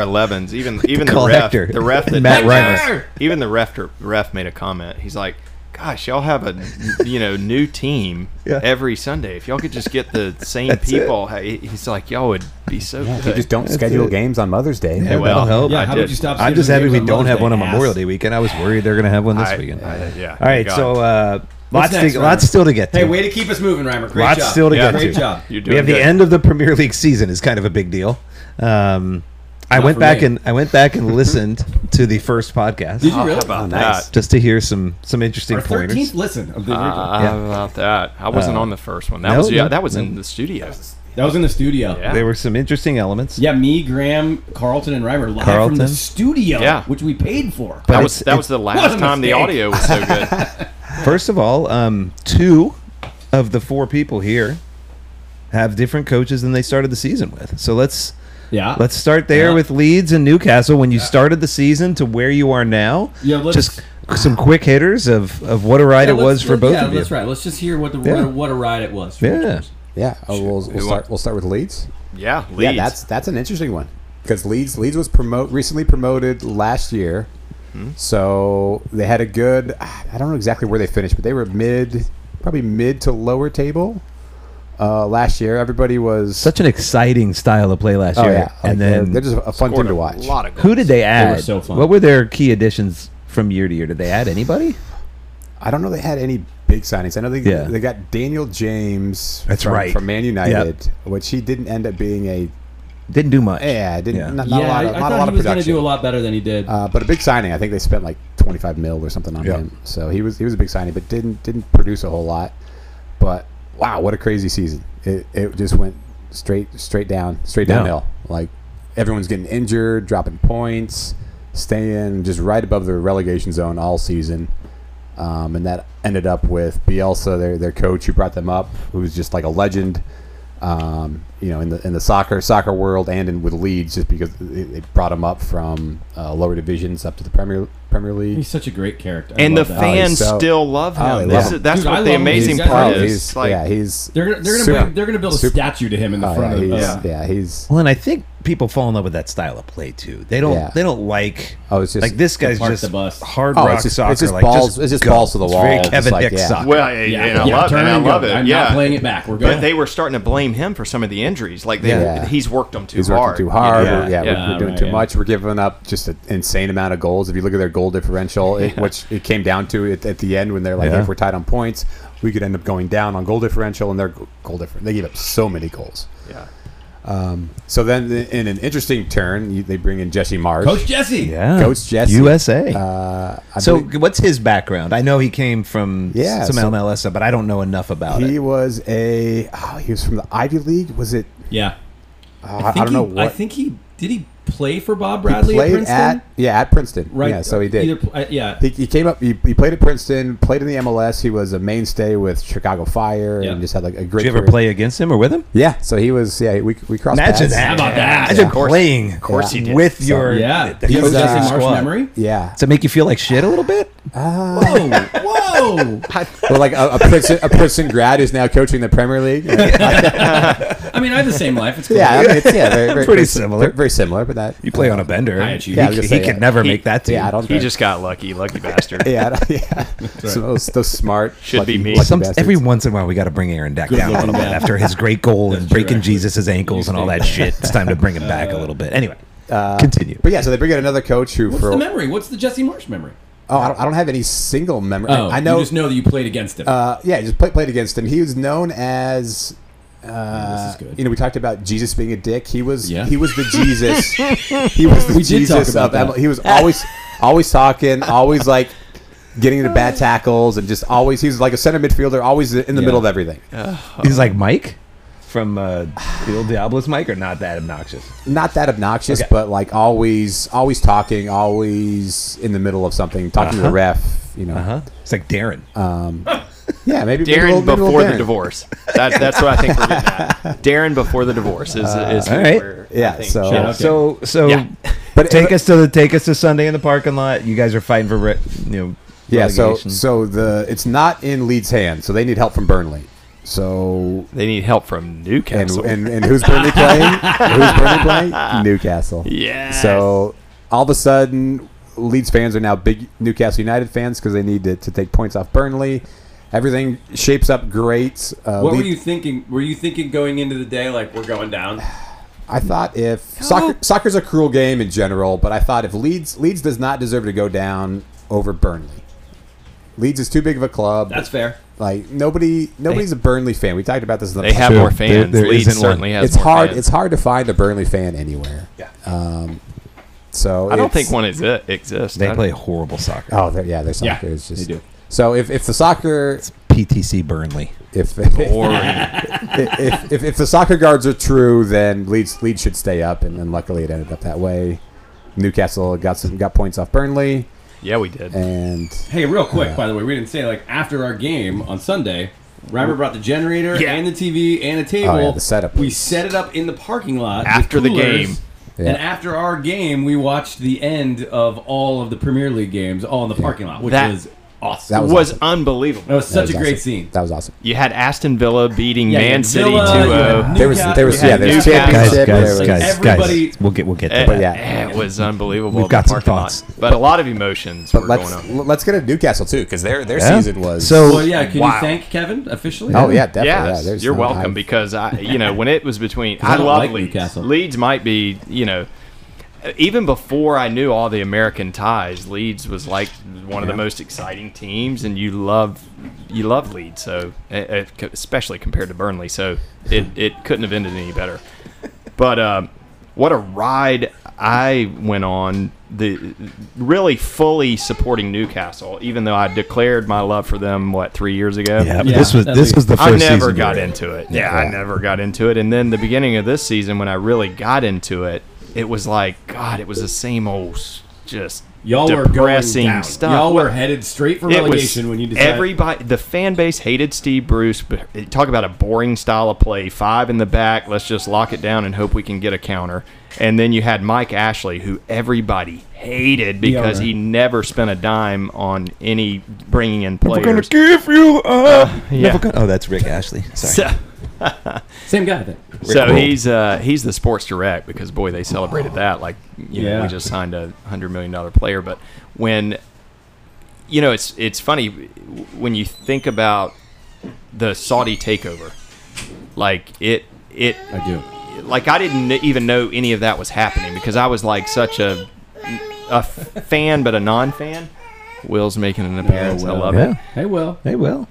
A: <laughs>
D: 11s, even even the
A: Call
D: ref,
A: Hector.
D: the ref that
A: Matt
F: Reimer.
D: even the ref ref made a comment. He's like, "Gosh, y'all have a you know new team
A: Yeah.
D: every Sunday. If y'all could just
A: <laughs>
D: get the same
A: That's it.
D: people, hey," he's like, y'all would be so
E: You
D: good."
E: just don't
A: That's
E: schedule
A: it.
E: games on Mother's Day.
A: Yeah,
D: well,
A: that'll help.
F: Yeah,
D: I
F: how
D: did.
F: about you stop?
A: I'm
F: scheduling
A: just happy
F: games
A: we
F: on
A: don't have
F: Mother's
A: one on
F: Day, ass.
A: Memorial Day weekend. I was worried they're going to have one this
D: I-
A: weekend.
D: I- yeah.
A: All right,
D: God.
A: so uh,
F: What's
A: lots
F: next,
A: to, lots
F: Reimer?
A: still to get to.
F: Hey, way to keep us moving, Reimer. Great
A: Lots
F: job.
A: still to
D: Yeah.
A: get
F: Great
A: to.
F: job.
D: You're doing
A: we have the
D: good.
A: end of the Premier League season is kind of a big deal. Um, I
F: Not
A: went
F: for
A: back
F: me.
A: and I went back and
F: <laughs>
A: listened to the first podcast
F: Did you really?
D: How about
E: Oh, nice.
D: that?
A: just to hear some some interesting
F: Our
A: pointers.
F: thirteenth listen of the
D: Uh,
A: Yeah. Uh,
D: How about that? I wasn't on the first one. That
A: no,
D: was yeah.
A: no,
D: that was
A: no.
D: in the studio.
F: that was in the studio.
D: Yeah.
A: There were some interesting elements.
F: Yeah, me, Graham, Carlton, and Reimer live from
A: Carlton?
F: the studio,
D: Yeah.
F: which we paid for.
A: But
D: That was
A: it's-
D: that
A: it's- <laughs>
D: was the
F: What a
D: last time the
F: mistake.
D: audio was so good.
A: First of all, um, two of the four people here have different coaches than they started the season with. So let's
F: Yeah,
A: let's start there
F: Yeah.
A: with Leeds and Newcastle. When you started the season to where you are now,
F: Yeah, let's-
A: just some quick hitters of of what a ride it
F: Yeah, let's-
A: was for
F: let-
A: both
F: yeah,
A: of you.
F: That's right. Let's just hear what the
A: Yeah.
F: what, a ride it was. for
A: Yeah,
F: each
E: Yeah, oh, we'll, we'll
D: Who
E: start.
D: wa-
E: We'll start with Leeds.
D: Yeah, Leeds.
E: Yeah, that's that's an interesting one because Leeds Leeds was promote recently promoted last year,
A: Hmm?
E: so they had a good. I don't know exactly where they finished, but they were mid, probably mid to lower table. Uh, last year, everybody was
A: such an exciting style of play last
E: Oh
A: year.
E: yeah, like,
A: and
E: they're-
A: then
E: they're just a fun team
D: Scored
E: to
D: a
E: watch.
D: lot of goals.
A: who did they add?
F: so fun.
A: What were their key additions from year to year? Did they add anybody?
E: I don't know they had any big signings. I know they
A: Yeah.
E: they got Daniel James.
A: That's
E: from,
A: right.
E: from Man United, which he didn't end up being a
A: Didn't do much.
E: yeah didn't
A: Yeah.
E: Not,
F: Yeah,
E: not a lot
F: I-
E: of,
F: I
E: not
F: thought
E: a lot
F: he
E: of
F: was going to
E: production.
F: do a lot better than he did.
E: Uh, but a big signing. I think they spent like 25 mil or something on
A: Yeah.
E: him. So he was he was a big signing, but didn't didn't produce a whole lot. But wow, what a crazy season! It, it just went straight straight down, straight
A: Yeah.
E: downhill. Like everyone's getting injured, dropping points, staying just right above the relegation zone all season. Um, and that ended up with Bielsa, their their coach who brought them up, who's just like a legend. Um, you know, in the in the soccer soccer world and in with Leeds, just because they they brought him up from uh, lower divisions up to the Premier Premier League.
F: he's such a great character. I
D: and the
F: love that.
E: he's
D: fans
E: so-
D: still love him.
E: Oh, they
D: This
E: love
D: is-
E: him.
D: that's
F: Dude, I
D: what
F: love
D: the
F: him.
D: amazing
F: He's got
D: part
F: all
D: is.
E: He's,
D: Like,
E: yeah, he's
F: they're gonna- they're going
E: super-
F: to they're going to build a
E: super-
F: statue to him in the
E: oh,
F: front
E: yeah,
F: of
E: he's,
F: the.
E: yeah, he's
A: Well, and I think people fall in love with that style of play too. They don't.
E: Yeah.
A: They don't like.
E: Oh, it's just-
A: like this guy's
F: park
A: just
F: the bus.
A: hard
E: Oh,
A: rock
E: it's just-
A: soccer.
E: it's just
A: like,
E: balls- it's just
A: go.
E: balls to the
A: It's
E: wall,
A: very
E: just
A: Kevin
E: like,
A: Dick
E: yeah.
A: soccer.
D: Well, yeah,
F: Yeah,
D: and I
F: yeah,
D: love,
F: turn
D: and I
F: and go.
D: love it.
F: I'm
D: yeah,
F: not playing it back. We're
D: But
F: good.
D: they were starting to blame him for some of the injuries. Like they,
E: Yeah.
D: he's worked them too
E: He's
D: hard.
E: working too hard.
A: Yeah.
E: We're- Yeah, we're,
F: Yeah,
E: we're doing
F: right,
E: too
F: yeah.
E: much. We're giving up just an insane amount of goals. If you look at their goal differential, it, which it came down to at, at the end when they're like,
A: Yeah.
E: if we're tied on points, we could end up going down on goal differential, and their g- goal different. They gave up so many goals.
D: Yeah.
E: So then, in an interesting turn, you, they bring in Jesse Marsh.
F: Coach Jesse.
A: Yeah,
E: Coach Jesse.
A: USA.
E: Uh, I
A: so,
E: believe-
A: what's his background? I know he came from
E: Yeah,
A: some
E: so-
A: MLS, stuff, but I don't know enough about
E: he
A: it.
E: was a oh, he was from the Ivy League. Was it?
F: Yeah.
E: Uh, I, don't
F: he,
E: know what.
F: I think he did. He play for Bob
E: he
F: Bradley at
E: played
F: Princeton.
E: at yeah at Princeton.
F: right.
E: Yeah, so he did.
F: Either, uh, yeah.
E: He, he came up. He, he played at Princeton. Played in the MLS. He was a mainstay with Chicago Fire,
F: Yeah.
E: and just had like a great.
A: Did you ever
E: career.
A: play against him or with him?
E: Yeah. So he was. Yeah. We we crossed.
A: Imagine
E: paths.
A: that.
F: How about that?
A: Imagine
E: Yeah. Of
D: course.
A: playing
D: Of course he did.
A: with your
F: yeah.
A: the
F: He's
A: coach's
E: uh,
F: Jesse Marsh
A: squad.
F: memory.
E: Yeah.
A: Does it make you feel like shit a little bit?
F: Whoa. Whoa.
E: <laughs> Well, like a, a Princeton a Princeton grad who's now coaching the
A: <laughs>
E: Premier League. Yeah.
F: I mean, I have the same
E: <laughs>
F: life. It's cool.
E: yeah I mean, it's, yeah. Very, very,
A: Pretty
E: very-
A: similar.
E: Very similar, but that.
A: You play on a bender.
F: I
A: He,
F: achieved- Yeah, I
E: was gonna
A: he
E: say,
A: could
E: yeah.
A: never
D: He-
A: make that team.
E: <laughs> Yeah. I don't.
D: He just got lucky, <laughs> lucky bastard.
E: <laughs> Yeah. I
A: <laughs>
E: don't- yeah. So those, those smart
D: Should be
E: lucky-
D: me.
E: lucky
A: Some,
E: bastards.
A: every once in a while, we got to bring Aaron Deck down a little bit after his great goal and breaking Jesus' ankles and all that shit. It's time to bring him back a little bit. Anyway, continue.
E: But yeah, so they bring in another coach who
F: What's
E: for
F: the memory? What's the Jesse Marsh memory?
E: oh I don't, I don't have any single memory.
F: Oh,
E: I know
F: You just know that you played against him.
E: uh, yeah, just play, played against him. He was known as. Uh,
F: this is good.
E: You know, we talked about Jesus being a dick. He was
F: Yeah.
E: he was
F: <laughs>
E: the Jesus. he was the
F: We did talk
E: Jesus
F: about
E: of
F: that.
E: ML He was always always talking, always like getting into bad tackles, and just always he was like a center midfielder, always in the
F: Yeah.
E: middle of everything.
A: He's like Mike from uh, the old Diablos Mike, or not that obnoxious.
E: Not that obnoxious,
A: Okay.
E: but like always always talking, always in the middle of something, talking to the
A: Uh-huh.
E: ref. You know,
A: Huh? It's like Darren.
E: yeah, maybe maybe a
D: Darren
E: little- maybe a little
D: before the
E: Darren.
D: divorce. That, that's what I think we're getting <laughs> at. Darren before the divorce is, is
A: all right.
D: where I
E: Yeah,
D: think-
E: so-
D: yeah.
F: okay.
A: So so, <laughs>
D: Yeah.
E: But-
A: take us to the take us to Sunday in the parking lot. You guys are fighting for re- you know.
E: Yeah, so
A: relegation.
E: so the it's not in Leeds' hand, so they need help from Burnley. So
D: They need help from
E: and
D: Newcastle.
E: and, and who's Burnley
F: <laughs>
E: playing? who's Burnley playing? Newcastle.
D: Yes.
E: So all of a sudden, Leeds fans are now big Newcastle United fans because they need to, to take points off Burnley. Everything shapes up great. Uh,
F: what were
E: Leeds-
F: you thinking? Were you thinking going into the day like we're
E: <sighs>
F: going down?
E: I thought if soccer, soccer's a cruel game in general, but I thought if Leeds Leeds does not deserve to go down over Burnley. Leeds is too big of a club.
F: That's fair.
E: Like nobody, nobody's a Burnley fan. We talked about this. In the
D: they have
A: True.
D: more fans.
A: There- there
D: Leeds
A: isn't one.
D: certainly has
E: it's
D: more
E: hard.
D: fans.
E: It's hard to find a Burnley fan anywhere. Um,
A: Yeah.
E: So
D: I don't
E: it's-
D: think one is, exists. I
A: they
D: don't-
A: play horrible soccer.
E: Oh, they're- yeah, their
F: Yeah,
E: soccer is just.
F: they do.
E: So if, if the soccer
A: PTC Burnley.
E: if <laughs>
D: Boring. <laughs>
E: if, if, if the soccer guards are true, then Leeds Leeds should stay up, and, and luckily it ended up that way. Newcastle got some got points off Burnley,
D: yeah, we did.
E: and
F: Hey, real quick, by the way, we didn't say like after our game on Sunday, Reimer brought the generator
D: Yeah.
F: and the TV and a table.
E: Oh, yeah, the setup
F: We
E: was-
F: set it up in the parking lot with
D: After the
F: coolers,
D: game.
E: Yeah.
F: And after our game, we watched the end of all of the Premier League games all in the parking lot, which
D: That-
F: was awesome.
E: That
D: That
E: was
D: was,
E: awesome.
D: unbelievable.
F: That was
E: that
F: such
E: was
F: a great
E: awesome.
F: scene.
E: That was awesome.
D: You had Aston Villa beating
F: Yeah, you
D: Man
F: had
D: City uh, 2
F: Villa, you had
D: 0.
E: There was
F: Newcastle-
E: there was yeah there was
D: Newcastle-
A: Guys,
E: championship. there
A: guys,
E: was-
A: guys,
F: Everybody-
A: guys. We'll get we'll get there.
E: But yeah.
D: eh, It was unbelievable.
A: We've
D: the
A: got some
D: parking lot.
A: thoughts.
D: But a lot of emotions
E: But
D: were
E: let's
D: going on.
E: let's get into Newcastle too because their their
A: Yeah.
E: season was
A: So-
F: Well, yeah, can
D: Wow.
F: you thank Kevin officially?
E: oh yeah definitely yeah,
D: Yes,
E: there's
D: you're
E: no-
D: welcome
E: I-
D: because I, you know, when it was between,
F: I
D: I,
F: don't
D: love
F: like
D: Leeds.
F: Newcastle.
D: Leeds might be, you know, even before I knew all the American ties, Leeds was like one of the most exciting teams, and you love, you love Leeds, so eh, eh, co- especially compared to Burnley, so it it couldn't have ended any better. But um, what a ride I went on! The really fully supporting Newcastle, even though I declared my love for them what three years ago.
A: Yeah,
F: Yeah,
A: this was
F: at
A: this was the first
D: I never
A: season we
D: got
A: were
D: into it. Yeah, I never got into it. And then the beginning of this season, when I really got into it, it was like God, it was the same old, s- just
F: Y'all were
D: depressing
F: going down.
D: stuff.
F: Y'all were headed straight for
D: It was-
F: relegation when you decided.
D: everybody. The fan base hated Steve Bruce. but it- Talk about a boring style of play. Five in the back. Let's just lock it down and hope we can get a counter. And then you had Mike Ashley, who everybody hated because
F: right.
D: he never spent a dime on any bringing in players.
A: We're gonna give you up.
D: Uh, yeah.
A: Never gonna- oh, that's Rick Ashley. Sorry.
D: <laughs> So-
F: Same guy, I think.
D: So
A: Roll.
D: he's uh, he's the sports direct because boy they celebrated that like you know,
F: Oh, Yeah.
D: we just signed a hundred million dollar player but when you know it's it's funny when you think about the Saudi takeover like it it
F: I do.
D: like I didn't even know any of that was happening because I was like such a a fan but a non fan. Will's making
F: Oh,
D: an appearance. I
F: Will.
D: love it.
A: Yeah,
F: Hey, Will.
A: they will.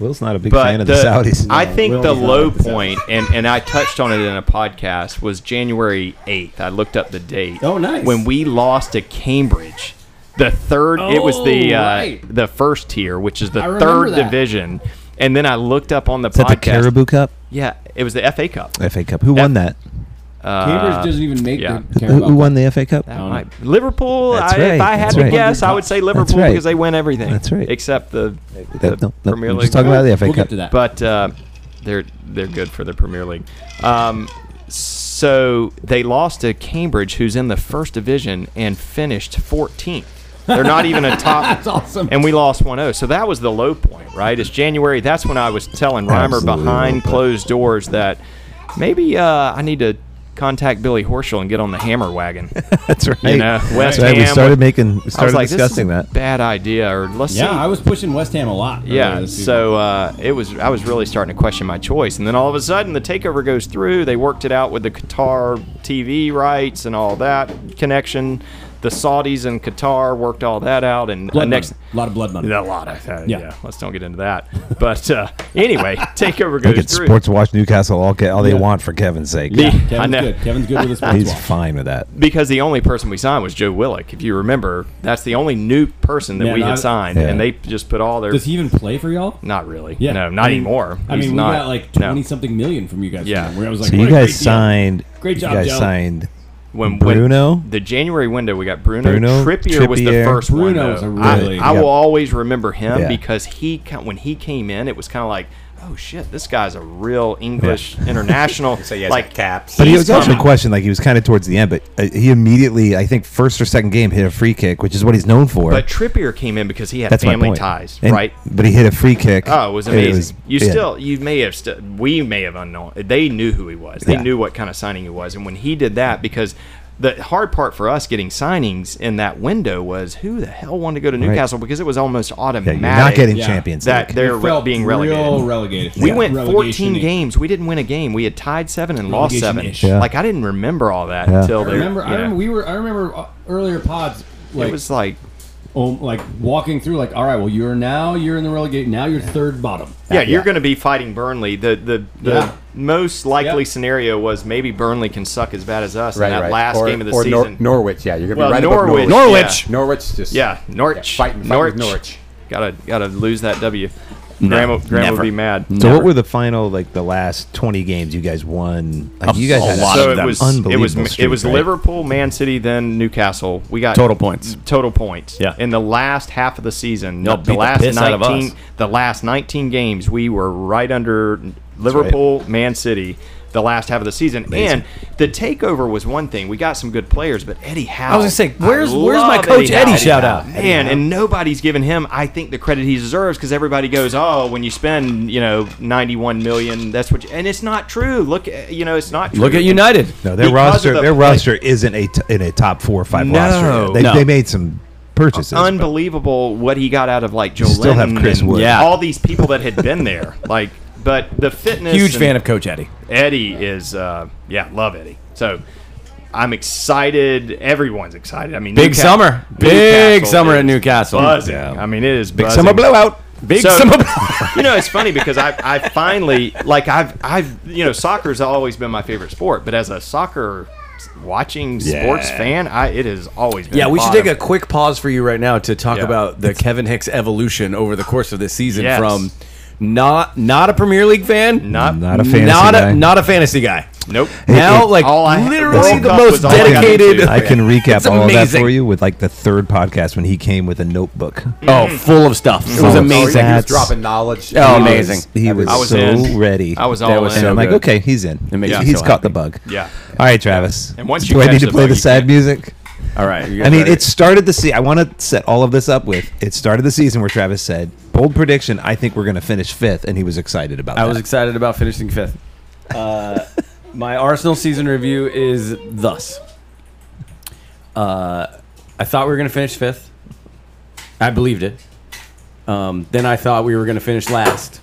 A: Will's not a big
D: But
A: fan of the, Saudis.
D: I think
F: Will's
D: the
F: not
D: low
F: like the Saudis.
D: point, and, and I touched on it in a podcast, was January 8th. I looked up the date.
F: Oh, nice.
D: When we lost to Cambridge. The third, it was the
F: Oh,
D: uh,
F: right.
D: the first tier, which is the
F: I remember
D: third
F: that.
D: division. And then I looked up on the
A: Is that the
D: podcast.
A: Caribou Cup,
D: Yeah, it was the FA Cup.
A: FA Cup? Who won that?
D: Uh,
F: Cambridge doesn't even make
D: yeah.
F: the
A: Who,
F: Carabao
A: who
F: Cup.
A: won the FA Cup?
D: That might-
A: Oh,
D: Liverpool.
A: That's
D: I,
A: right,
D: If I had
A: that's
D: to
A: right.
D: guess, I would say Liverpool
A: right.
D: because they win everything.
A: That's right.
D: Except the, the
A: That- no, no,
D: Premier
A: I'm
D: League.
A: just talking about the FA
F: We'll
A: Cup.
F: get to that.
D: But uh, they're they're good for the Premier League. Um, so they lost to Cambridge, who's in the first division, and finished 14th. They're not even
F: <laughs>
D: a top.
F: That's awesome.
D: And we lost 1-0. So that was the low point, right? It's January. That's when I was telling Reimer
A: Absolutely low
D: behind
A: point.
D: closed doors that maybe uh, I need to contact Billy Horschel and get on the hammer wagon.
A: That's right.
D: You know,
A: That's
D: West
A: right. We
D: Ham
A: started
D: with-
A: making, we
D: I was
A: started
D: like,
A: discussing
D: this
A: that.
D: is a bad idea, or let's
F: yeah,
D: see.
F: I was pushing West Ham a lot. earlier
D: yeah,
F: this season.
D: so uh, it was. I was really starting to question my choice, and then all of a sudden, the takeover goes through. They worked it out with the Qatar TV rights and all that connection. The Saudis and Qatar worked all that out, and uh,
F: blood
D: next.
F: money. a lot of blood money.
D: A lot of uh,
F: Yeah.
D: yeah. Let's don't get into that. But uh,
F: <laughs>
D: anyway, takeover
A: They
D: goes
A: could
D: through.
A: sports watch Newcastle all, ca- all they
F: Yeah.
A: want for Kevin's sake.
D: The-
F: Kevin's
D: I know.
F: good. Kevin's good
A: <laughs>
F: with his sports
A: He's
F: watch.
A: fine with that.
D: because the only person we signed was Joe Willock. If you remember, that's the only new person that
F: Man,
D: we had
F: I-
D: signed,
A: Yeah.
D: and they just put all their
F: Does he even play for y'all?
D: Not really.
F: Yeah.
D: No, not
F: I mean-
D: anymore.
F: I
D: He's
F: mean, we
D: not-
F: got like
D: no.
F: twenty something million from you guys.
D: Yeah.
F: where I was like,
A: So
F: what
A: you
F: a great
A: guys
F: deal.
A: signed.
F: Great job,
A: You guys
F: Joe.
A: signed.
D: when,
A: Bruno?
D: When the January window, we got Bruno.
A: Bruno,
D: Trippier, was the
A: Trippier.
D: first one.
F: Bruno was
D: though.
F: a
D: I-
F: really-
D: I,
A: Yeah.
D: will always remember him
A: Yeah.
D: because he ca- when he came in, it was kind of like, oh shit, this guy's a real English international.
B: <laughs> So he has
D: like
B: like caps.
A: But he
D: He's
A: was also
D: coming.
A: questioned, like he was kind of towards the end, but uh, he immediately, I think, first or second game hit a free kick, which is what he's known for.
D: But Trippier came in because he had
A: That's my
D: family
A: point.
D: ties,
A: And-
D: right?
A: But he hit a free kick. <laughs>
D: Oh, it was amazing.
A: was-
D: you
A: yeah.
D: still, you may have, st- we may have unknown. They knew who he was. They
A: Yeah.
D: knew what kind of signing he was. And when he did that, because the hard part for us getting signings in that window was who the hell wanted to go to Newcastle because it was almost
A: Yeah,
D: automatic.
A: you're not getting
F: Yeah.
A: Champions
D: that
A: League.
D: they're
F: We felt
D: being
F: Real
D: relegated.
F: relegated.
D: We
F: Yeah.
D: went 14
F: Relegation-y.
D: games. We didn't win a game. We had tied seven and lost seven.
F: Relegation-ish. Yeah.
D: Like I didn't remember all that
A: Yeah.
D: until
F: I
D: they.
F: remember, I
D: you know,
F: remember, we were. I remember uh, earlier pods like
D: it was like
F: oh, like walking through like all right, well you're now you're in the relegate now you're third bottom.
D: Yeah, you're going to be fighting Burnley. The the, the
F: Yeah.
D: most likely
F: Yep.
D: scenario was maybe Burnley can suck as bad as us
E: Right,
D: in that
E: right.
D: last
E: or,
D: game of the
E: or Nor-
D: season.
E: Norwich, yeah, you're gonna
D: Well,
E: be right
D: Norwich,
E: above Norwich.
D: Norwich!
E: Yeah. Norwich, just
D: yeah, Norwich.
E: fighting, fighting
D: Norwich.
E: with Norwich.
D: Gotta gotta lose that W. Graham, will- Graham will
B: never.
D: be mad.
A: So what were the final like the last twenty games you guys won? Like, you guys
B: a
A: had
B: lot
D: so
B: of
D: it
B: them.
D: was it was
A: Unbelievable
D: it was
A: streak, right?
D: Liverpool, Man City, then Newcastle. We got
B: Total points.
D: Total points.
B: Yeah.
D: In the last half of the season,
B: Y'all
D: the
B: beat the
D: last
B: piss out of
D: nineteen,
B: us.
D: the last nineteen games, we were right under Liverpool, Man City. The last half of the season,
A: Amazing.
D: and the takeover was one thing. We got some good players, but Eddie Howe.
B: I was gonna say,
D: I
B: where's- where's my
D: love
B: coach Eddie
D: Howe.
B: shout out?
D: man? And nobody's giving him, I think, the credit he deserves because everybody goes, "Oh, when you spend, you know, ninety-one million, that's what." You, and it's not true. Look, at- you know, it's not true.
B: Look at
D: And-
B: United.
A: No, their
D: because of
A: roster
D: the-
A: their roster isn't a t- in a top four or five
D: No.
A: roster. They,
B: No.
A: they made some purchases. but-
D: unbelievable what he got out of like Joe
A: still have
D: Lennon
A: Chris
D: and
A: Wood.
B: Yeah.
D: all these people that had
B: <laughs>
D: been there. Like, but the fitness.
B: Huge
D: and
B: fan of Coach Eddie.
D: Eddie. Is uh, yeah, love Eddie. So I'm excited. Everyone's excited. I mean,
B: Big
D: Newca-
B: summer. Big
D: Newcastle
B: summer at
D: is
B: Newcastle.
D: Buzzing.
B: Yeah.
D: I mean, it is
B: Big
D: buzzing.
B: summer blowout. Big
D: So-
B: summer blowout.
D: <laughs> you know, it's funny because I, I finally like I've I've you know soccer's always been my favorite sport, but as a soccer s- watching sports fan, I it has always been
B: Yeah, we should
D: bottom.
B: take a quick pause for you right now to talk
D: Yeah.
B: about the Kevin Hicks evolution over the course of this season
D: Yes.
B: from not not a Premier League fan,
D: not
A: Not a fantasy
B: not
A: guy.
B: a not a fantasy guy.
D: nope
B: Now, like
D: All I-
B: literally
D: World
B: the
D: Cup
B: most
D: was all I got
B: dedicated.
D: into.
A: I can recap
B: It's
A: all of that
B: amazing.
A: for you with like the third podcast when he came with a notebook.
B: Oh, <laughs> full of stuff. It was
A: of
B: amazing.
A: stuff.
E: He was
A: That's-
E: dropping knowledge.
B: Oh,
E: He was-
B: amazing.
A: He was,
D: I was
A: so
D: in.
A: ready.
D: I was
B: That
D: all
B: was
D: in.
A: And I'm like,
B: good.
A: okay, he's in.
B: It makes
A: He's
B: me so
A: caught the
B: happy.
A: bug.
D: Yeah.
A: All right, Travis.
D: And once you
A: do I
D: catch
A: need to
D: the
A: play
D: bug,
A: the
D: you
A: sad
D: can't-
A: music?
B: All right. you
A: I <laughs>
B: guys
A: mean,
B: ready?
A: it started the se I want to set all of this up with. It started the season where Travis said, bold prediction. I think we're going to finish fifth, and he was excited about
B: I
A: that.
B: was excited about finishing fifth. Uh, my Arsenal season review is thus. Uh, I thought we were going to finish fifth. I believed it. Um, then I thought we were going to finish last.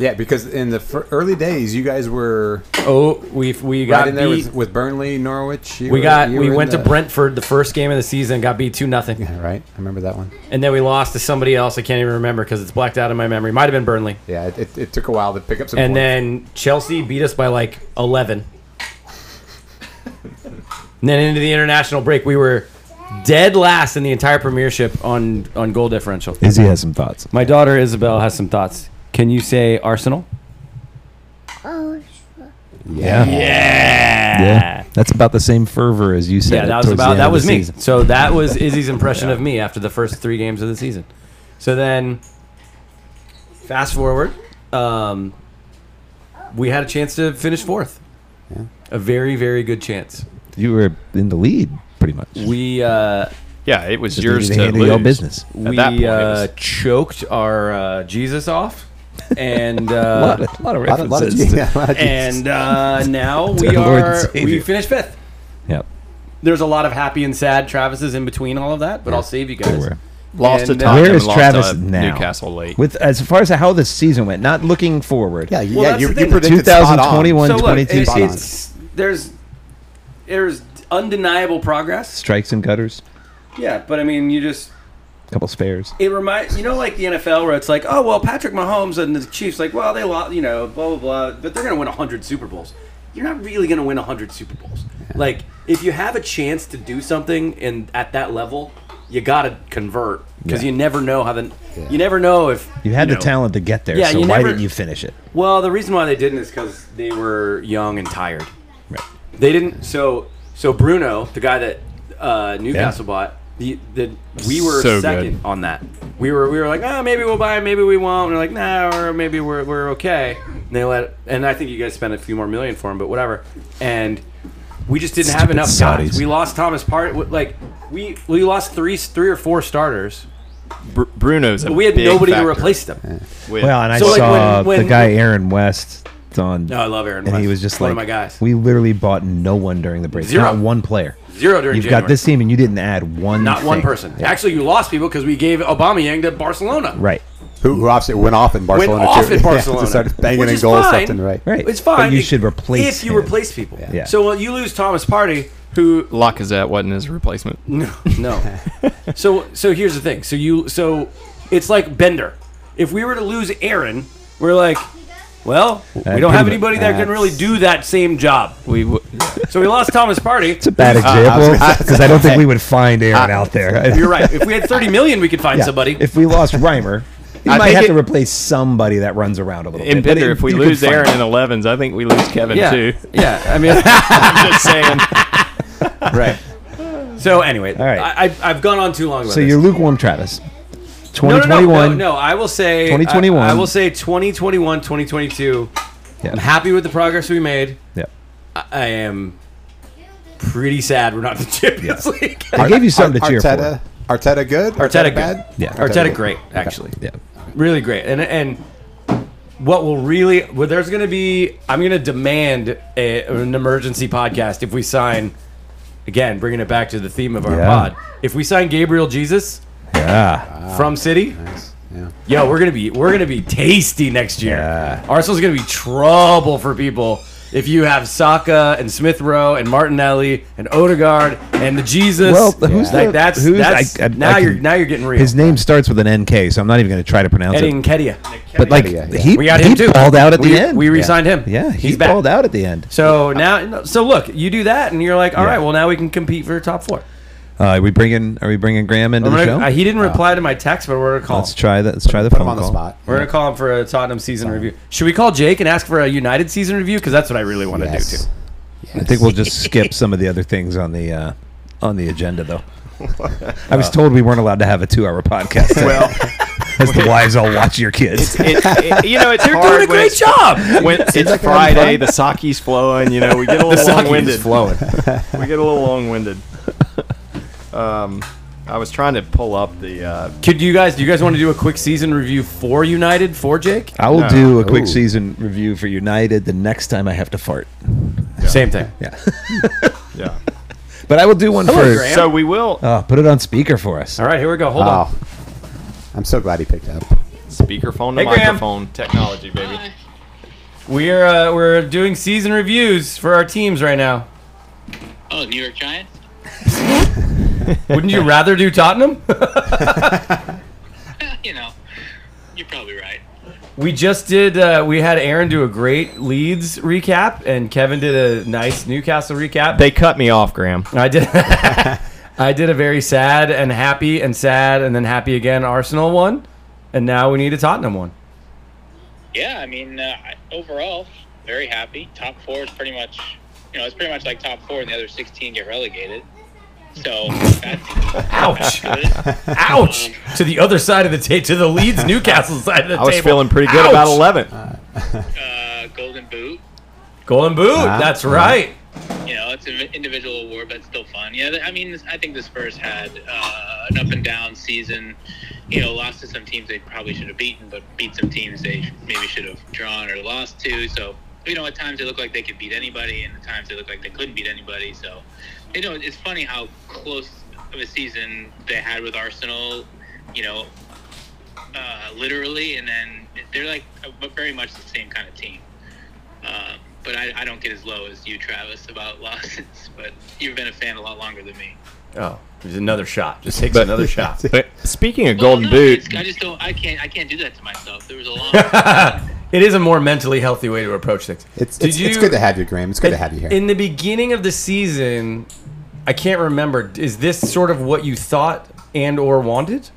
E: Yeah, because in the fir- early days, you guys were
B: Oh, we we
E: right
B: got
E: in there
B: beat.
E: with, with Burnley, Norwich. You
B: we
E: were-
B: got
E: you
B: we
E: were in
B: went to
E: the-
B: Brentford the first game of the season, got beat two nothing,
E: Yeah, right. I remember that one.
B: and then we lost to somebody else. I can't even remember because it's blacked out of my memory. Might have been Burnley.
E: Yeah, it, it, it took a while to pick up some.
B: And
E: points.
B: then Chelsea beat us by like 11. and then into the international break, we were dead last in the entire premiership on, on goal differential.
A: Izzy has some thoughts.
B: My daughter Isabel has some thoughts. Can you say Arsenal?
F: Oh,
A: Yeah. Yeah. That's about the same fervor as you said.
B: Yeah,
A: it
B: that was
A: towards the
B: about
A: end
B: that
A: of the
B: was me.
A: season.
B: So that
A: <laughs>
B: was Izzy's impression of me after the first three games of the season. So then, fast forward, um, we had a chance to finish fourth. A very very good chance.
A: You were in the lead pretty much.
B: We uh,
D: Yeah, it was
A: Just needed
D: yours to,
A: to handle
D: lose.
A: your business.
D: At
B: we
D: that point, it
B: uh,
D: was-
B: choked our uh, Jesus off, and
A: a, lot
B: uh,
A: of, a lot of
E: a lot of,
A: references.
E: lot of-
A: to-
E: <laughs> yeah, a lot of-
A: <laughs>
B: and uh, now
A: Lord
B: we
A: and
B: are we
A: Savior.
B: finished fifth.
A: Yep.
B: There's a lot of happy and sad Travises in between all of that, but I'll save you
A: Don't
B: guys.
A: worry.
D: lost to
B: and, uh,
D: Tottenham.
A: Where is
D: and lost
A: Travis
D: to
A: now?
D: Newcastle late.
A: With as far as how this season went, not looking forward.
E: yeah, you-
B: Well,
E: yeah,
B: that's
E: you,
B: the
E: you
B: thing.
E: predicted spot on.
A: 2021
B: So look,
A: 22
B: it,
E: spot on.
B: it's there's there's undeniable progress.
A: strikes and gutters,
B: Yeah, but I mean, you just
A: a couple spares.
B: it reminds you know like the NFL where it's like, oh well, Patrick Mahomes and the Chiefs, like, well they lost, you know, blah blah blah, but they're gonna win hundred Super Bowls. You're not really gonna win hundred Super Bowls. Like if you have a chance to do something and at that level, you gotta convert because
A: Yeah.
B: you never know how the you never know if
A: You had the
B: know.
A: talent to get there,
B: Yeah,
A: so
B: you
A: why
B: never-
A: didn't you finish it?
B: Well, the reason why they didn't is because they were young and tired. Right. They didn't. So so Bruno, the guy that uh, Newcastle bought, the, the we were
D: So
B: second
D: good.
B: on that. We were we were like, oh, maybe we'll buy him, maybe we won't. And they're like, nah, or maybe we're, we're okay. And they let, and I think you guys spent a few more million for him, but whatever. And we just didn't have
A: Stupid
B: enough
A: Saudis.
B: guys. We lost Thomas Part. Like we we lost three three or four starters.
D: Br- Bruno's a
B: But we had
D: big
B: nobody
D: factor
B: to replace them.
D: with-
A: Well, and I
B: So, like,
A: saw
B: when- when-
A: the guy Aaron West on,
B: No, I love Aaron.
A: and
B: West.
A: he was just
B: one
A: like,
B: of my guys.
A: "We literally bought no one during the break.
B: Zero.
A: Not one player.
B: Zero during
A: You've
B: January.
A: got this team, and you didn't add one.
B: Not one
A: thing.
B: person.
A: Yeah.
B: Actually, you lost people because we gave Aubameyang to Barcelona.
A: right.
E: who, who obviously went off in
B: Went
E: Barcelona.
B: off
E: too.
B: at
E: <laughs> Yeah,
B: Barcelona.
E: just started banging
B: which
E: in
B: is
E: goals
B: fine.
E: left and right.
A: Right.
B: It's fine.
A: But you
B: if-
A: should replace
B: if you
A: him.
B: replace people.
A: Yeah.
B: So well, you lose Thomas Party, who
D: Lacazette wasn't his replacement.
B: no no. so so here's the thing. So you so it's like Bender. If we were to lose Aaron, we're like, well, we don't
A: pretty much-
B: have anybody that can really do that same job.
D: We w-
B: So we lost Thomas
A: <laughs>
B: Party.
A: It's a bad example because I don't think we would find Aaron out there.
B: You're right. If we had 30 million, we could find
A: Yeah.
B: somebody.
A: If we lost Reimer, you
D: I
A: might
D: think
A: have to
D: it-
A: replace somebody that runs around a little
D: in
A: bit. but
D: Bender,
A: it-
D: if we
A: you can
D: lose
A: find-
D: Aaron in 11s, I think we lose Kevin
B: yeah. <laughs>
D: too.
B: Yeah.
A: <laughs>
B: I mean.
D: I'm just saying.
E: Right.
B: So anyway,
A: All right.
B: I, I've, I've gone on too long. About
A: So
B: this.
A: you're lukewarm, Travis.
B: no, no, no,
A: 2021.
B: No, no, I will say
A: 2021.
B: I, I will say 2021, 2022.
A: Yeah.
B: I'm happy with the progress we made.
A: Yeah.
B: I, I am pretty sad we're not in the Champions League. <laughs>
A: I gave you something to cheer
E: Arteta,
A: for.
E: Arteta good?
B: Arteta good.
E: bad?
A: Yeah.
B: Arteta great, actually,
A: Yeah.
B: really great, and and what will really well, there's going to be I'm going to demand a, an emergency podcast if we sign again, bringing it back to the theme of our
A: Yeah.
B: pod. If we sign Gabriel Jesus
A: Yeah.
B: from City,
E: Yeah.
B: Yo, we're gonna be we're gonna be tasty next year.
A: Yeah.
B: Arsenal's gonna be trouble for people if you have Saka and Smith Rowe and Martinelli and Odegaard and the Jesus.
A: Well, who's
B: like
A: the-
B: that's
A: who's-
B: that's
A: I- I- I
B: now you're
A: can-
B: now you're getting real.
A: His name starts with an NK, so I'm not even going to try to pronounce
B: Eddie
A: it.
B: Nketiah.
A: But like
E: Yeah, yeah.
A: he,
B: We got
A: he
B: him too.
A: balled out at
B: We-
A: the end.
B: we
A: Yeah.
B: re-signed him.
A: Yeah, he
B: He's back.
A: balled out at the end.
B: So now, so look, you do that, and you're like, all right,
A: Yeah.
B: well now we can compete for the top four.
A: Uh, are we bringing? Are we bringing Graham into
B: I'm
A: the
B: gonna-
A: show?
B: uh, he didn't reply to my text, but we're gonna call.
A: Let's
B: him.
A: try that. Let's try the
E: Put
A: phone
E: him on the
A: call.
E: spot.
B: We're gonna call him for a Tottenham season review. Should we call Jake and ask for a United season review? Because that's what I really want to do
E: Yes.
B: too.
A: I think we'll just skip some of the other things on the uh, on the agenda, though. I was told we weren't allowed to have a two-hour podcast. well, <laughs> as the wives all watch your kids.
D: It, it- you know, it's
B: They're
D: hard
B: doing a
D: when
B: great
D: it's-
B: job.
D: When it's
E: like they're having
D: Friday,
E: fun.
D: the sake's flowing. You know,
B: <laughs>
D: we get a little long-winded. we get a little long-winded. Um, I was trying to pull up the. Uh,
B: Could you guys? Do you guys want to do a quick season review for United for Jake?
A: I will do a quick
E: Ooh.
A: season review for United the next time I have to fart.
B: Same thing.
A: Yeah,
D: yeah.
A: but I will do one for.
D: So we will uh,
A: Oh, put it on speaker for us.
F: All right, here we go. Hold on.
E: Wow. Oh. I'm so glad he picked up.
D: speakerphone to
B: Hey, Graham.
D: microphone technology, baby.
B: We're uh, we're doing season reviews for our teams right now.
G: Oh, New York Giants? <laughs>
B: Wouldn't
A: <laughs>
B: you rather do Tottenham?
G: Eh, you know, you're probably right.
B: we just did. Uh, we had Aaron do a great Leeds recap, and Kevin did a nice Newcastle recap.
D: They cut me off, Graham.
B: I did. <laughs> I did a very sad and happy and sad and then happy again Arsenal one, and now we need a Tottenham one.
G: Yeah, I mean, uh, I- overall, very happy. Top four is pretty much, you know, it's pretty much like top four, and the other 16 get relegated. So that's
B: Ouch!
G: good.
B: <laughs> Ouch! To the other side of the table, to the Leeds Newcastle side of the
D: I was
B: table.
D: feeling pretty good
B: Ouch.
D: about 11.
G: Uh, Golden Boot,
B: Golden Boot. that's right.
G: you know, it's an individual award, but it's still fun. Yeah, th- I mean, this- I think the Spurs had uh, an up and down season. You know, lost to some teams they probably should have beaten, but beat some teams they maybe should have drawn or lost to. So, you know, at times they look like they could beat anybody, and at times they look like they couldn't beat anybody. So, you know, it's funny how close of a season they had with Arsenal. You know, uh, literally, and then they're like a- very much the same kind of team. Uh, but I, I don't get as low as you, Travis, about <laughs> losses. But you've been a fan a lot longer than me.
B: Oh, there's another shot. Just takes
D: But-
B: another
D: <laughs>
B: shot.
D: But speaking of
G: Well,
D: Golden
G: no,
D: Boot,
G: it's- I just don't. I can't. I can't do that to myself. There was a long.
D: <laughs>
B: it is a more mentally healthy way to approach things.
E: It's
B: Did
E: it's, it's
B: you-
E: good to have you, Graham. It's good to have you here.
B: In the beginning of the season, I can't remember. Is this sort of what you thought and or wanted?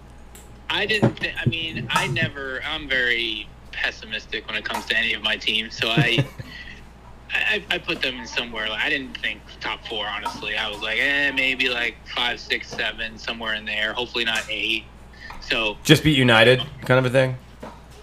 G: I didn't. Th- I mean, I never. I'm very pessimistic when it comes to any of my teams,
D: <laughs>
G: so I, I, I put them in somewhere. Like, I didn't think top four. Honestly, I was like, eh, maybe like five, six, seven, somewhere in there. Hopefully not eight. So
B: Just beat United, kind of a thing.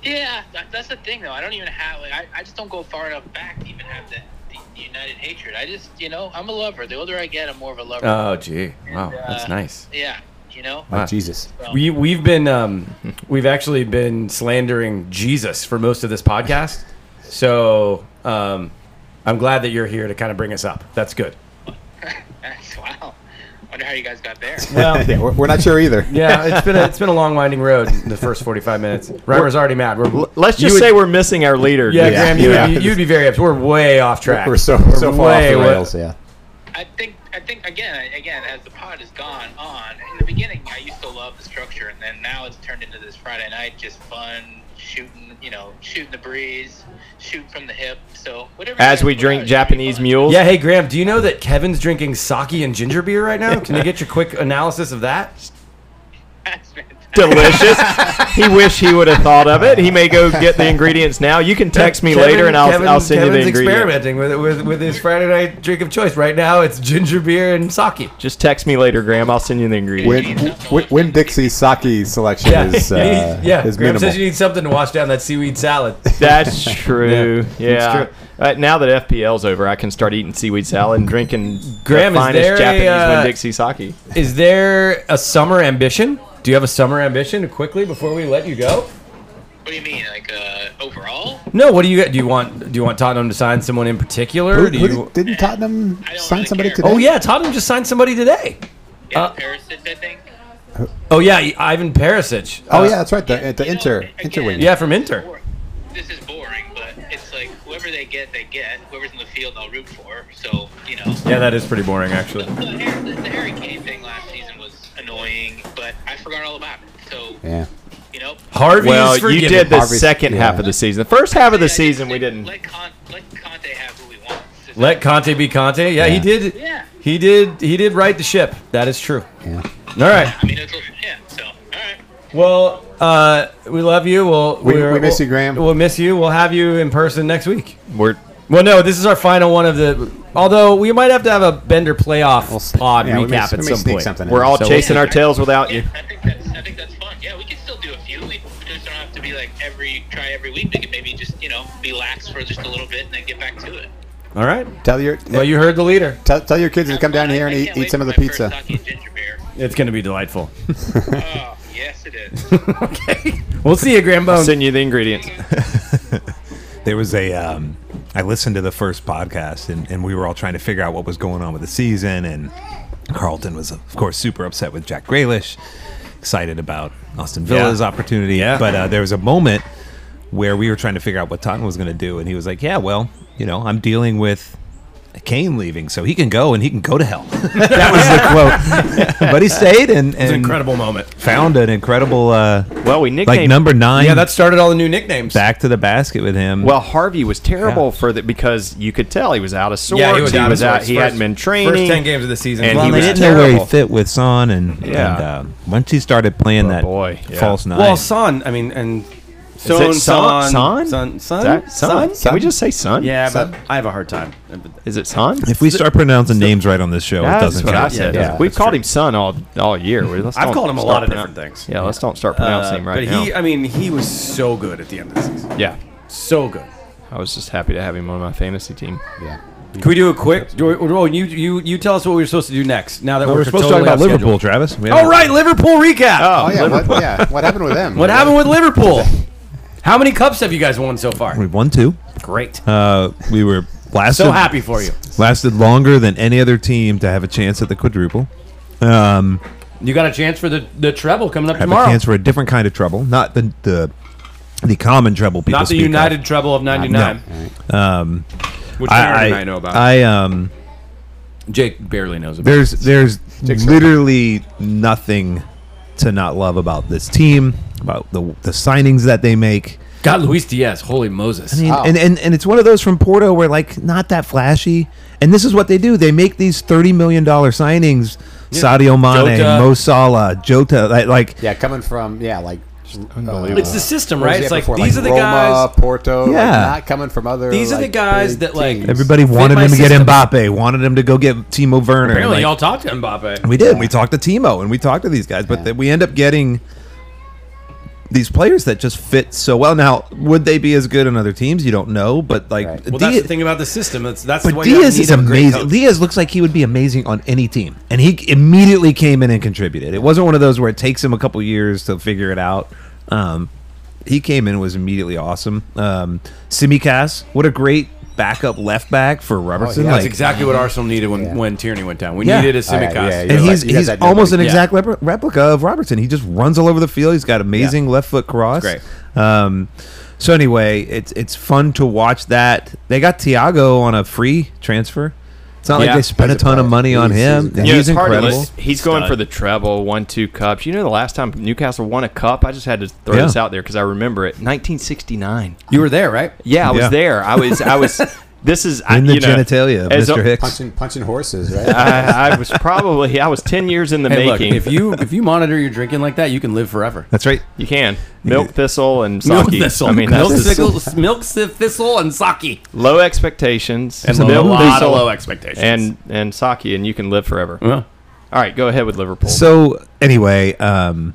G: yeah, that, that's the thing though. I don't even have. Like, I, I just don't go far enough back to even have that the, the United hatred. I just, you know, I'm a lover. The older I get, I'm more of a
D: Uh,
G: lover.
B: Oh, gee, wow,
G: And, uh,
B: that's nice.
G: yeah, you know.
E: oh, Jesus.
G: so-
B: We we've been um, we've actually been slandering Jesus for most of this podcast, so um, I'm glad that you're here to kind of bring us up. That's good.
G: <laughs> That's- wow. Wonder how you guys got there.
B: Well,
E: Yeah, we're, we're not sure
B: <laughs>
E: either.
B: yeah, it's been a, it's been a long winding road. The first 45 <laughs> minutes, Reimer's already mad. We're,
D: l- let's just
B: you would-
D: say we're missing our leader.
B: yeah,
D: dude.
E: Yeah,
B: Graham, you
E: yeah.
B: Would be, you'd be very upset. We're way off track.
E: We're so
B: We're
E: so far off
B: way-
E: the
B: way-
E: rails. Yeah.
G: I think I think again I- again as the pod has gone on in the beginning I used to love the structure and then now it's turned into this Friday night just fun shooting you know shooting the breeze shooting from the hip so whatever
D: As we drink Japanese
G: mules.
D: mules.
B: Yeah, hey Graham, do you know that Kevin's drinking sake and ginger beer right now? Can I get your quick analysis of that?
G: <laughs> that's fantastic.
D: Delicious. he wish he would have thought of it. He may go get the ingredients now. You can text me later, and I'll, I'll send you the
B: Kevin's
D: ingredients.
B: experimenting with, with with his Friday night drink of choice. Right now, it's ginger beer and sake.
D: Just text me later, Graham. I'll send you the ingredients.
E: When when Dixie sake selection
B: Yeah, <laughs>
E: is uh,
B: yeah.
E: is
B: Graham
E: minimal.
B: says you need something to wash down that seaweed salad.
D: <laughs> That's true. Yeah.
B: true.
D: Uh, now that FPL's over, I can start eating seaweed salad and drinking
B: Graham,
D: the
B: is
D: finest
B: there a,
D: Japanese
B: uh,
D: Winn-Dixie sake.
B: Is there a summer ambition? Do you have a summer ambition? Quickly before we let you go.
G: what do you mean like uh, overall
B: No, what do you got? Do you want do you want Tottenham to sign someone in particular?
E: Who-
B: do
E: who
B: you?
E: did- didn't Tottenham
G: I don't
E: sign
G: really
E: somebody
G: care.
E: today?
B: oh yeah, Tottenham just signed somebody today.
G: yeah
B: Uh,
G: Perisic I think
B: Oh yeah, Ivan Perisic. Uh,
E: Oh yeah, that's right. The, at the
G: You know,
E: Inter Inter
G: again,
E: wing.
B: yeah, from Inter.
G: bor- this is boring but it's like whoever they get they get whoever's in the field I'll root for so you know
B: Yeah, that is pretty boring actually.
G: The, Har- the, the Harry Kane thing last season was annoying, but I forgot all about it. So,
E: Yeah.
G: you know.
B: Harvey
D: Well,
B: is
D: you
B: forgiven.
D: did the
E: Harvest-
D: second
E: yeah.
D: half of the season. The first half of
G: I
D: the
G: just
D: season,
G: think
D: we didn't.
G: Let, Con- let Conte have who he wants. Is
B: Let
G: that-
B: Conte be Conte. Yeah, he
E: Yeah.
B: did.
G: Yeah.
B: He did. He did right the ship. That is true.
E: yeah.
B: All right.
G: I mean, it's, yeah, so, all right.
B: Well, uh, we love you. We'll,
E: We-
B: we're-
E: we miss
B: we'll-
E: you, Graham.
B: We'll miss you. We'll have you in person next week.
D: We're,
B: Well, no, this is our final one of the. Although we might have to have a Bender playoff pod
E: Yeah,
B: recap
E: we may-
B: at
E: we may
B: some
E: sneak
B: point.
E: something
D: we're
E: in.
D: all
B: So-
D: chasing our tails without you.
G: Yeah, I think that's I think that's fun. Yeah, we can still do a few. We just don't have to be like every try every week. We can maybe just you know be lax for just a little bit and then get back to it.
B: All right.
E: Tell your
B: Well, you heard the leader.
E: tell, tell your kids to come down
G: I-
E: here
G: I
E: and eat,
G: can't wait
E: eat some of the
G: for my first
E: pizza.
G: sake and ginger beer.
B: It's going to be delightful. <laughs>
G: Oh, yes, it is.
B: okay. We'll see you, Graham Bone.
D: Send you the ingredients.
A: There was a. Um, I listened to the first podcast, and, and we were all trying to figure out what was going on with the season. And Carlton was, of course, super upset with Jack Graylish, excited about Austin Villa's
B: Yeah.
A: opportunity.
B: Yeah.
A: But uh, there was a moment where we were trying to figure out what Totten was going to do, and he was like, "Yeah, well, you know, I'm dealing with." Kane leaving, so he can go and he can go to hell. <laughs> that was the
B: <laughs>
A: quote. but he stayed and,
B: It's
A: and
B: an incredible moment.
A: found an incredible, uh,
D: Well, we nicknamed
A: like number nine.
B: Yeah, that started all the new nicknames.
A: back to the basket with him.
D: Well, Harvey was terrible for that because you could tell he was out of sorts.
B: Yeah, he was out of
D: out-
B: sorts.
D: He
B: First-
D: hadn't been
B: first
D: training.
B: 10 games of the season.
D: and
A: Well,
D: he
A: they
D: was
A: didn't know where
D: terrible.
A: he fit with Son, and
D: Yeah.
A: and, uh, once he started playing
D: Oh,
A: that
D: boy. Yeah.
A: false nine,
B: Well, Son, I mean, and
D: Is
B: Son,
D: it Son?
B: Son,
D: Son?
B: Son,
D: Is that
B: Son?
D: Son? Can we just say Son?
B: Yeah,
D: Son?
B: but I have a hard time.
D: Is it Son?
A: if we start pronouncing names right on this show, it
D: That's
A: doesn't
D: what I
A: count.
D: said.
E: Yeah, yeah,
D: We've
E: that's
D: called him Son all all year. We- let's
B: I've
D: don't
B: called him a
D: start
B: lot of
D: pronoun-
B: different things.
D: Yeah, let's don't start pronouncing
B: Uh,
D: him right
B: but
D: now.
B: he, uh, I mean, he was so good at the end of the season.
D: yeah,
B: So good.
D: I was just happy to have him on my fantasy team.
E: Yeah.
B: Can we do a quick? Do we, oh, you you you tell us what we were supposed to do next. Now that
A: Well,
B: we're,
A: we're supposed to talk
B: totally
A: about
B: off
A: Liverpool, Travis. We
B: Schedule.
A: haven't-
B: Oh right, Liverpool recap.
E: Oh yeah. What, yeah. What happened with them?
B: What happened with Liverpool? How many cups have you guys won so far?
A: we won two.
B: Great.
A: Uh, we were lasted
B: So happy for you.
A: lasted longer than any other team to have a chance at the quadruple. Um,
F: You got a chance for the, the treble coming up
A: have
F: tomorrow.
A: a chance for a different kind of trouble, not the the the common trouble people.
F: Not the
A: speak
D: uh,
A: of.
F: United treble of '99.
B: Which
A: I, I,
B: I, know about.
A: I um.
B: Jake barely knows about.
A: There's there's literally nothing to not love about this team, about the the signings that they make.
F: Got Luis Diaz. Holy Moses.
A: I mean,
E: Wow.
A: and, and and it's one of those from Porto where like not that flashy. And this is what they do: they make these thirty million dollar signings. Sadio Mane,
F: Jota.
A: Mo Salah, Jota, like, like
E: Yeah, coming from yeah, like uh, unbelievable.
F: it's the system, right? It's like
E: before,
F: these are the
E: Roma,
F: guys.
E: Porto. like,
A: Yeah.
E: not coming from other.
F: These are the
E: like,
F: guys
E: big
F: that, like,
E: teams.
A: everybody wanted
F: my
A: him to get
F: system.
A: Mbappe, wanted him to go get Timo Werner.
F: Apparently,
A: like-
F: y'all talked to Mbappe.
A: We did. We talked to Timo and we talked to these guys, but
E: Yeah.
A: that we end up getting these players that just fit so well. Now, would they be as good on other teams? You don't know, but like
E: Right.
B: Well,
A: Dia-
B: that's the thing about the system. That's that's
A: But
B: why you
A: Diaz
B: need
A: is
B: a great
A: amazing.
B: coach.
A: Diaz looks like he would be amazing on any team, and he immediately came in and contributed. It wasn't one of those where it takes him a couple years to figure it out. Um, he came in and was immediately awesome. Um, Simicas, what a great backup left back
E: Oh,
A: for Robertson.
E: yeah.
B: That's
A: like,
B: exactly what Arsenal needed when,
E: Yeah.
B: when Tierney went down. We
A: Yeah.
B: needed a
E: Oh, yeah,
B: Simicast.
E: yeah, yeah,
A: and
E: like,
A: he's,
E: you got
A: he's
E: that
A: almost an
E: nobody-
A: exact repli- replica of Robertson. He just runs all over the field. He's got amazing left foot cross.
B: It's
A: Um, so anyway, it's it's fun to watch that. They got Tiago on a free transfer. It's not like
D: Yeah.
A: they spent a
E: He's a
A: ton of
E: player.
A: money on
E: He's-
A: him.
E: he's-
A: He's,
E: Yeah,
D: hard to
A: incredible.
D: list- He's going for the treble, won two cups. You know, the last time Newcastle won a cup, I just had to throw
A: Yeah.
D: this out there because I remember it. 1969.
B: You were there, right?
D: Yeah, I was
A: Yeah.
D: there. I was.
A: <laughs>
D: I was. This is I,
A: In the
D: you know,
A: genitalia of
D: as a-
A: Mr. Hicks.
E: punching punching horses, right?
D: I, I was probably. I was 10 years in the
B: Hey, look,
D: making.
B: if you if you monitor your drinking like that, you can live forever.
A: That's right.
D: You can milk thistle and sake.
B: Milk thistle.
D: I mean,
B: Milk
D: that's just
B: thistle.
F: Sickle- Milk Sif Thistle and Saki.
D: low expectations
B: And a
D: milk
B: lot
D: thistle
B: of low expectations.
D: and and sake, and you can live forever.
B: Well,
D: All right, go ahead with Liverpool.
A: So anyway, um,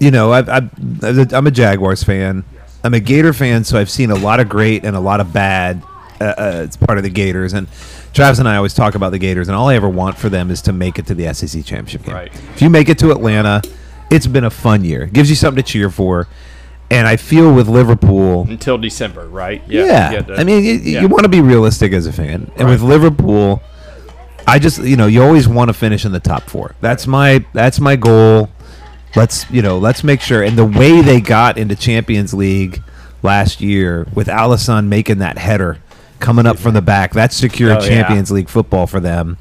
A: you know, I've, I've, I'm a Jaguars fan. I'm a Gator fan, so I've seen a lot of great and a lot of bad. Uh, uh, it's part of the Gators, and Travis and I always talk about the Gators, and all I ever want for them is to make it to the SEC championship game.
D: Right.
A: If you make it to Atlanta, it's been a fun year. It gives you something to cheer for, and I feel with Liverpool.
D: until December, right?
A: Yeah,
D: you had to-
A: I mean, you,
D: yeah.
A: you want to be realistic as a fan, and with Liverpool, I just you know you always want to finish in the top four. That's my that's my goal. Let's you know let's make sure. And the way they got into Champions League last year with Alisson making that header coming up from the back, that secured
D: Oh, yeah.
A: Champions League football for them.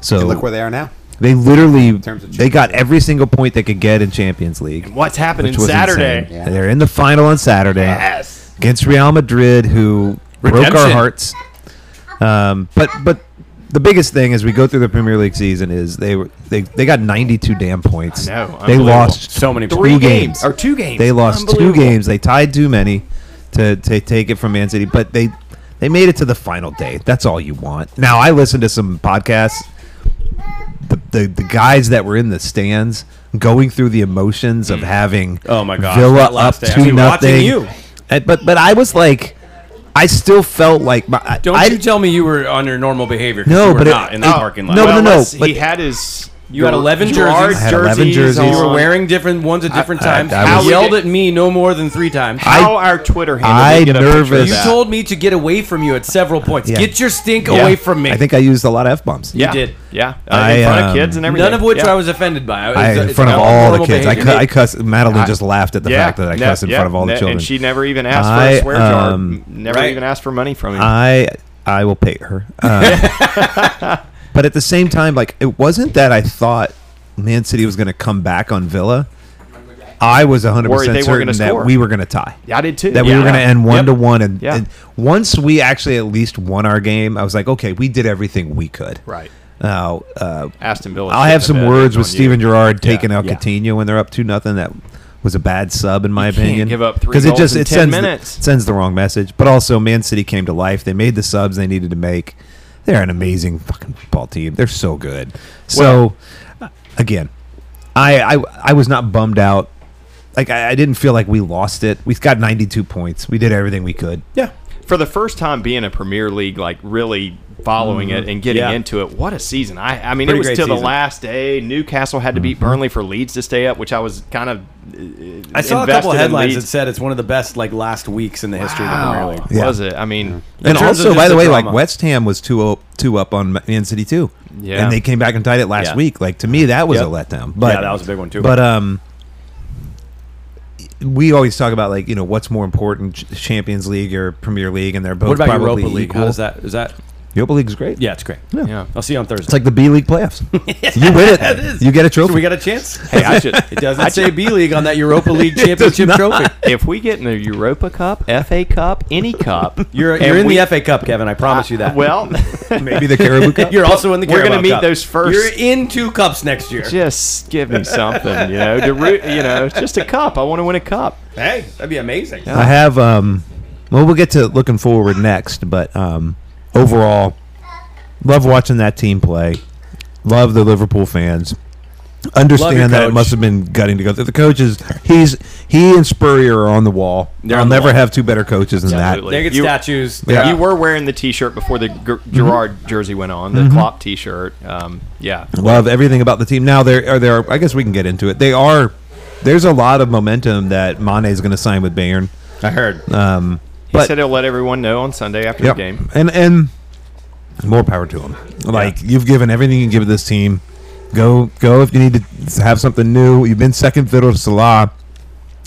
A: So
E: Look where they are now.
A: they literally
E: terms of
A: they got every single point they could get in Champions League.
D: what's happening
A: which was
D: Saturday?
A: insane.
E: Yeah.
A: They're in the final on Saturday
D: Yes.
A: against Real Madrid, who broke our
B: Redemption.
A: hearts. Um, but but the biggest thing as we go through the Premier League season is they were they, they got 92 damn points.
D: I know,
A: they
D: unbelievable.
A: lost
B: So many
A: three
B: points.
D: Three
A: games
D: games, or two games.
A: They lost two
D: Unbelievable.
A: games. They tied too many to, to take it from Man City, but they they made it to the final day. That's all you want. Now I listened to some podcasts. The, the, the guys that were in the stands going through the emotions of having
B: Oh my gosh,
A: Villa
B: that
A: up
B: last day. I
A: two
B: mean, watching
A: nothing.
B: you.
A: And- but but I was like, I still felt like my I-
B: don't
A: I,
B: you tell me you were on your normal behavior. 'cause
A: No,
B: you were
A: but it-
B: not in the
A: it-
B: parking lot.
A: no, no,
D: well,
A: no,
D: unless
A: but-
D: he had his
B: You had
D: You're-
B: 11
D: you
B: jerseys.
D: are
A: I had 11 jerseys.
B: You were wearing different ones at different
A: I-
B: times.
A: I
B: You
A: was-
B: yelled at me no more than three times.
D: How our Twitter handle?
A: I
D: didn't get a picture of
A: nervous-
B: you
D: that.
B: told me to get away from you at several points.
A: Yeah.
B: Get your stink
D: Yeah.
B: away from me.
A: I think I used a lot of f bombs.
D: yeah.
B: did.
D: Yeah. Uh,
A: I,
D: in front
A: um,
D: of kids and everything.
B: None of which
D: yeah.
B: I was offended by. It was-
A: I, in
B: it's
A: front of
B: not
A: all the
B: normal
A: kids, I, cu-
B: behavior.
A: I cuss. Madeline just laughed at the
D: Yeah,
A: fact that I
D: no,
A: cuss in
D: yeah,
A: front of all the
D: no,
A: children.
D: And she never even asked for
A: I,
D: a swear jar.
A: um, Uh,
D: Never
B: Right.
D: even asked for money from him.
A: I I will pay her.
D: <laughs>
A: Uh, but at the same time, like it wasn't that I thought Man City was going to come back on Villa. I was 100
D: Worried
A: percent
D: they were
A: certain
D: gonna
A: that
D: score.
A: we were going to tie.
D: Yeah, I did too.
A: That we
D: Yeah.
A: were going to end one
D: Yep.
A: to one, and,
D: Yeah.
A: and once we actually at least won our game, I was like, okay, we did everything we could.
D: Right.
A: Now, uh,
D: Aston Villa.
A: I'll have
D: shit the
A: some
D: bed
A: words
D: on
A: with
D: you.
A: Steven Gerrard taking out
E: Yeah.
A: Coutinho when they're up two nothing. That was a bad sub in my
D: You can't
A: opinion.
D: give up three
A: it
D: goals
A: just
D: in
A: it
D: 10
A: sends
D: minutes.
A: The, sends the wrong message. But also, Man City came to life. They made the subs they needed to make. They're an amazing fucking football team. They're so good. So again, I I, I was not bummed out. Like I, I didn't feel like we lost it. We've got 92 points. We did everything we could.
D: Yeah. For the first time being a Premier League, like really following
A: Mm-hmm.
D: it and getting
B: Yeah.
D: into it, what a season! I, I mean,
B: Pretty
D: it was
B: great
D: till the
B: season.
D: last day. Newcastle had to
A: Mm-hmm.
D: beat Burnley for Leeds to stay up, which I was kind of. uh,
B: I saw a
D: invested
B: couple
D: in
B: headlines that
D: Leeds.
B: said it's one of the best like last weeks in the history of the Premier League.
A: Yeah.
D: Was it? I mean,
A: And
B: terms of
A: also,
B: just
A: by the,
B: the
A: way,
B: drama.
A: like West Ham was 2 2 up on Man City too.
D: Yeah.
A: And they came back and tied it last
B: Yeah.
A: week. Like to me that was
B: Yep.
A: a letdown. But
B: Yeah, that was a big one, too.
A: But um we always talk about like, you know, what's more important, Ch- Champions League or Premier League and they're both
B: What about
A: probably
B: Europa League?
A: equal.
B: How does that? Is that?
A: Europa League's great.
B: Yeah, it's great.
D: yeah.
B: I'll see you on
A: It's
B: Thursday.
A: like the B League
B: <laughs>
A: playoffs. you win it. You get a trophy.
B: So we got a chance.
D: Hey, I should.
B: It doesn't say B League on that Europa League
A: does
B: Championship
A: not.
B: trophy.
D: if we get in the Europa Cup, FA Cup, any cup,
B: <laughs> You're,
D: and
B: you're in
D: we-
B: the FA Cup, Kevin. I promise you that. <laughs>
D: Well, <laughs>
A: Maybe the Caribou Cup.
B: you're also in the.
D: We're gonna
B: Carabao
D: meet
B: Cup.
D: those first-
B: You're in two cups next year.
D: just give me something, you know, to root, you know, just a cup. I want to win a cup.
B: Hey, that'd be amazing.
A: I have um well we'll get to looking forward next, but um overall love watching that team play. Love the Liverpool fans. Understand that it
B: coach.
A: must have been gutting to go through. The coach is he's he and Spurrier are on the wall. I'll
B: on the
A: never
B: wall.
A: have two better coaches than
D: Absolutely.
B: They get
D: You-
B: statues.
A: Yeah.
D: You were wearing the T-shirt before the Ger-
B: Mm-hmm.
D: Gerard jersey went on, the Klopp T-shirt. Um, yeah,
A: that. Love everything about the team. Now there are there are, I guess we can get into it. They are there's a lot of momentum that Mane is going to sign with Bayern.
B: I heard.
A: Um,
D: he
A: but
D: said he'll let everyone know on Sunday after
A: Yep.
D: the game.
A: And and more power to him. Like you've given everything you can give this team. Go go if you need to have something new. You've been second fiddle to Salah,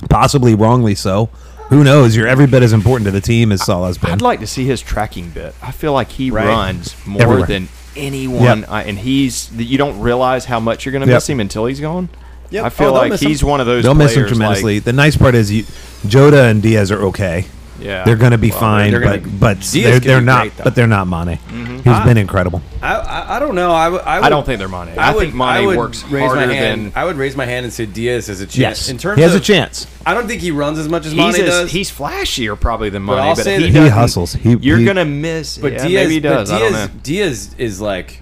A: possibly wrongly so. Who knows? You're every bit as important to the team as Salah's been.
D: I'd like to see his tracking bit. I feel like he
B: Right.
D: runs more
A: Everywhere.
D: than anyone,
A: Yep.
D: I, and he's that you don't realize how much you're going to
A: Yep.
D: miss him until he's gone.
B: Yep.
D: I feel
B: Oh, they'll
D: like
B: miss
D: he's
B: him.
D: one of those.
A: They'll miss him
D: players, like-
A: tremendously. the nice part is you, Jota and Diaz are okay.
D: Yeah.
A: they're going to be
D: Well,
A: fine,
B: they're gonna
A: but
B: be-
A: but
B: Diaz
A: they're,
B: could
A: they're
B: be
A: not.
D: Mm-hmm.
B: great, though.
A: but they're not Mane. He's
D: Ah.
A: been incredible.
B: I, I, I don't know. I, w- I, would,
D: I don't think they're Mane. I, think Mane works
B: raise
D: harder
B: my hand.
D: than
B: I would raise my hand and say Diaz has a chance. In terms
A: he has
B: of,
A: a chance.
B: I don't think he runs as much as Mane
D: he's, a-
B: does.
D: he's flashier probably than
B: But
D: Mane,
B: I'll
D: but,
B: say
D: he,
B: that- He
D: doesn't-
A: hustles. He-
D: you're
A: he-
D: gonna miss.
B: but
D: yeah,
B: Diaz,
D: maybe he does.
B: But
D: I don't
B: Diaz,
D: know.
B: Diaz is like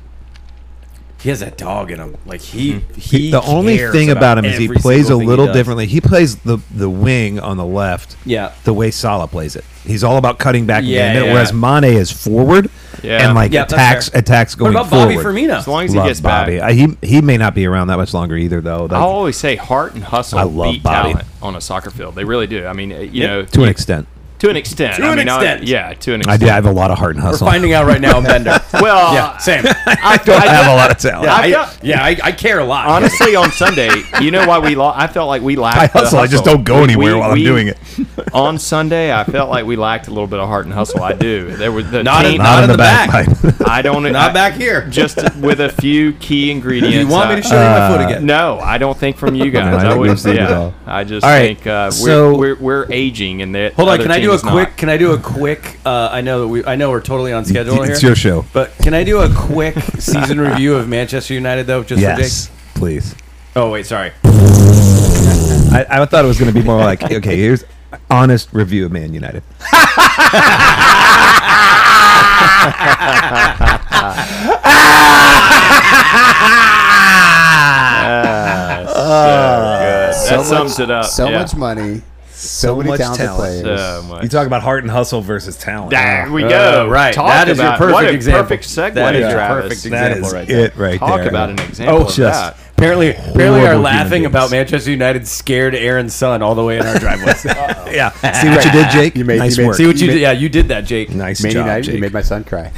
B: he has that dog in him. Like he,
D: Mm-hmm.
B: he.
A: the only
B: cares
A: thing about, him is he
B: every
A: plays a
B: single thing he
A: little
B: does.
A: differently. He plays the the wing on the left.
B: Yeah.
A: The way Salah plays it. He's all about cutting back and
B: Yeah,
A: getting it,
B: yeah.
A: whereas Mane is forward
D: Yeah.
A: and like
B: Yeah, that's
A: attacks
B: fair.
A: attacks
B: What
A: going
B: about
A: forward.
B: Bobby Firmino?
D: As long as he
A: Love
D: gets
A: Bobby.
D: back.
A: I- he he may not be around that much longer either though. Like,
D: I always say heart and hustle
A: I love
D: beat
A: Bobby.
D: talent on a soccer field. They really do. I mean, uh, you know,
A: to an extent.
D: to an extent.
B: To
D: I
B: an
D: mean, I-
B: extent.
D: yeah, to
A: I
D: an extent.
A: do I have a lot of heart and
B: We're
A: hustle. <laughs>
B: finding out right now on
D: <laughs>
B: Bender.
D: Well,
B: yeah,
D: <laughs>
B: same.
D: I
A: don't have a lot of talent.
D: I
B: I,
D: felt-
B: yeah, I, I care a lot.
D: honestly, on Sunday, you know why we lost? I felt like we lacked.
A: I
D: the
A: hustle, I just don't go anywhere while I'm doing it.
D: on Sunday, I felt like we lacked a little bit of heart and hustle. I do. There was the
B: Not in-
D: team,
A: not, in the, back. <laughs>
D: I don't.
B: not
D: I-
B: back here.
D: Just with a few key ingredients.
B: you want me to
D: I-
B: show you my foot again?
D: uh, No, I don't think from you guys.
A: I
D: I,
A: think we've
D: would,
A: seen it
D: yeah.
A: all.
D: I just
A: All right,
D: think uh, we're,
A: so-
D: we're we're aging, and that
B: Hold on,
D: other
B: can I
D: team
B: do a
D: is not.
B: quick? Can I do a quick? Uh, I know that we, I know we're totally on schedule here.
A: It's your show.
B: But can I do a quick
A: <laughs>
B: season review of Manchester United though, just
A: Yes. Please.
B: for Jake? Oh wait, sorry.
A: I, I thought it was going to be more like, <laughs> okay, here's honest review of Man
E: <laughs>
A: United.
D: Uh, so good. That
E: so
D: sums
E: much,
D: it up.
E: So
D: yeah.
E: much money, So, many
A: much
E: talented
A: talent.
E: players.
D: So much.
A: You talk about heart and hustle versus talent.
D: There we
B: Uh,
D: go.
B: right.
D: Talk
B: That
D: about,
B: is your perfect
D: what a
B: example.
D: Perfect segue.
B: That is your
D: Travis.
B: perfect
A: that
B: example
A: is
B: right there.
A: it right
D: Talk
A: there.
D: about an example of that.
B: Apparently, apparently our
A: Horrible
B: laughing
A: human
B: about
A: beings.
B: Manchester United scared Aaron's son all the way in
A: <laughs>
B: our driveway.
A: Yeah. See what you did, Jake.
E: <laughs> You made-
A: nice
E: you made-
A: work.
B: See what you did? Yeah, you did that, Jake.
A: nice
E: Many
A: job,
E: nights
A: Jake.
E: you made my son
F: <laughs>
E: cry.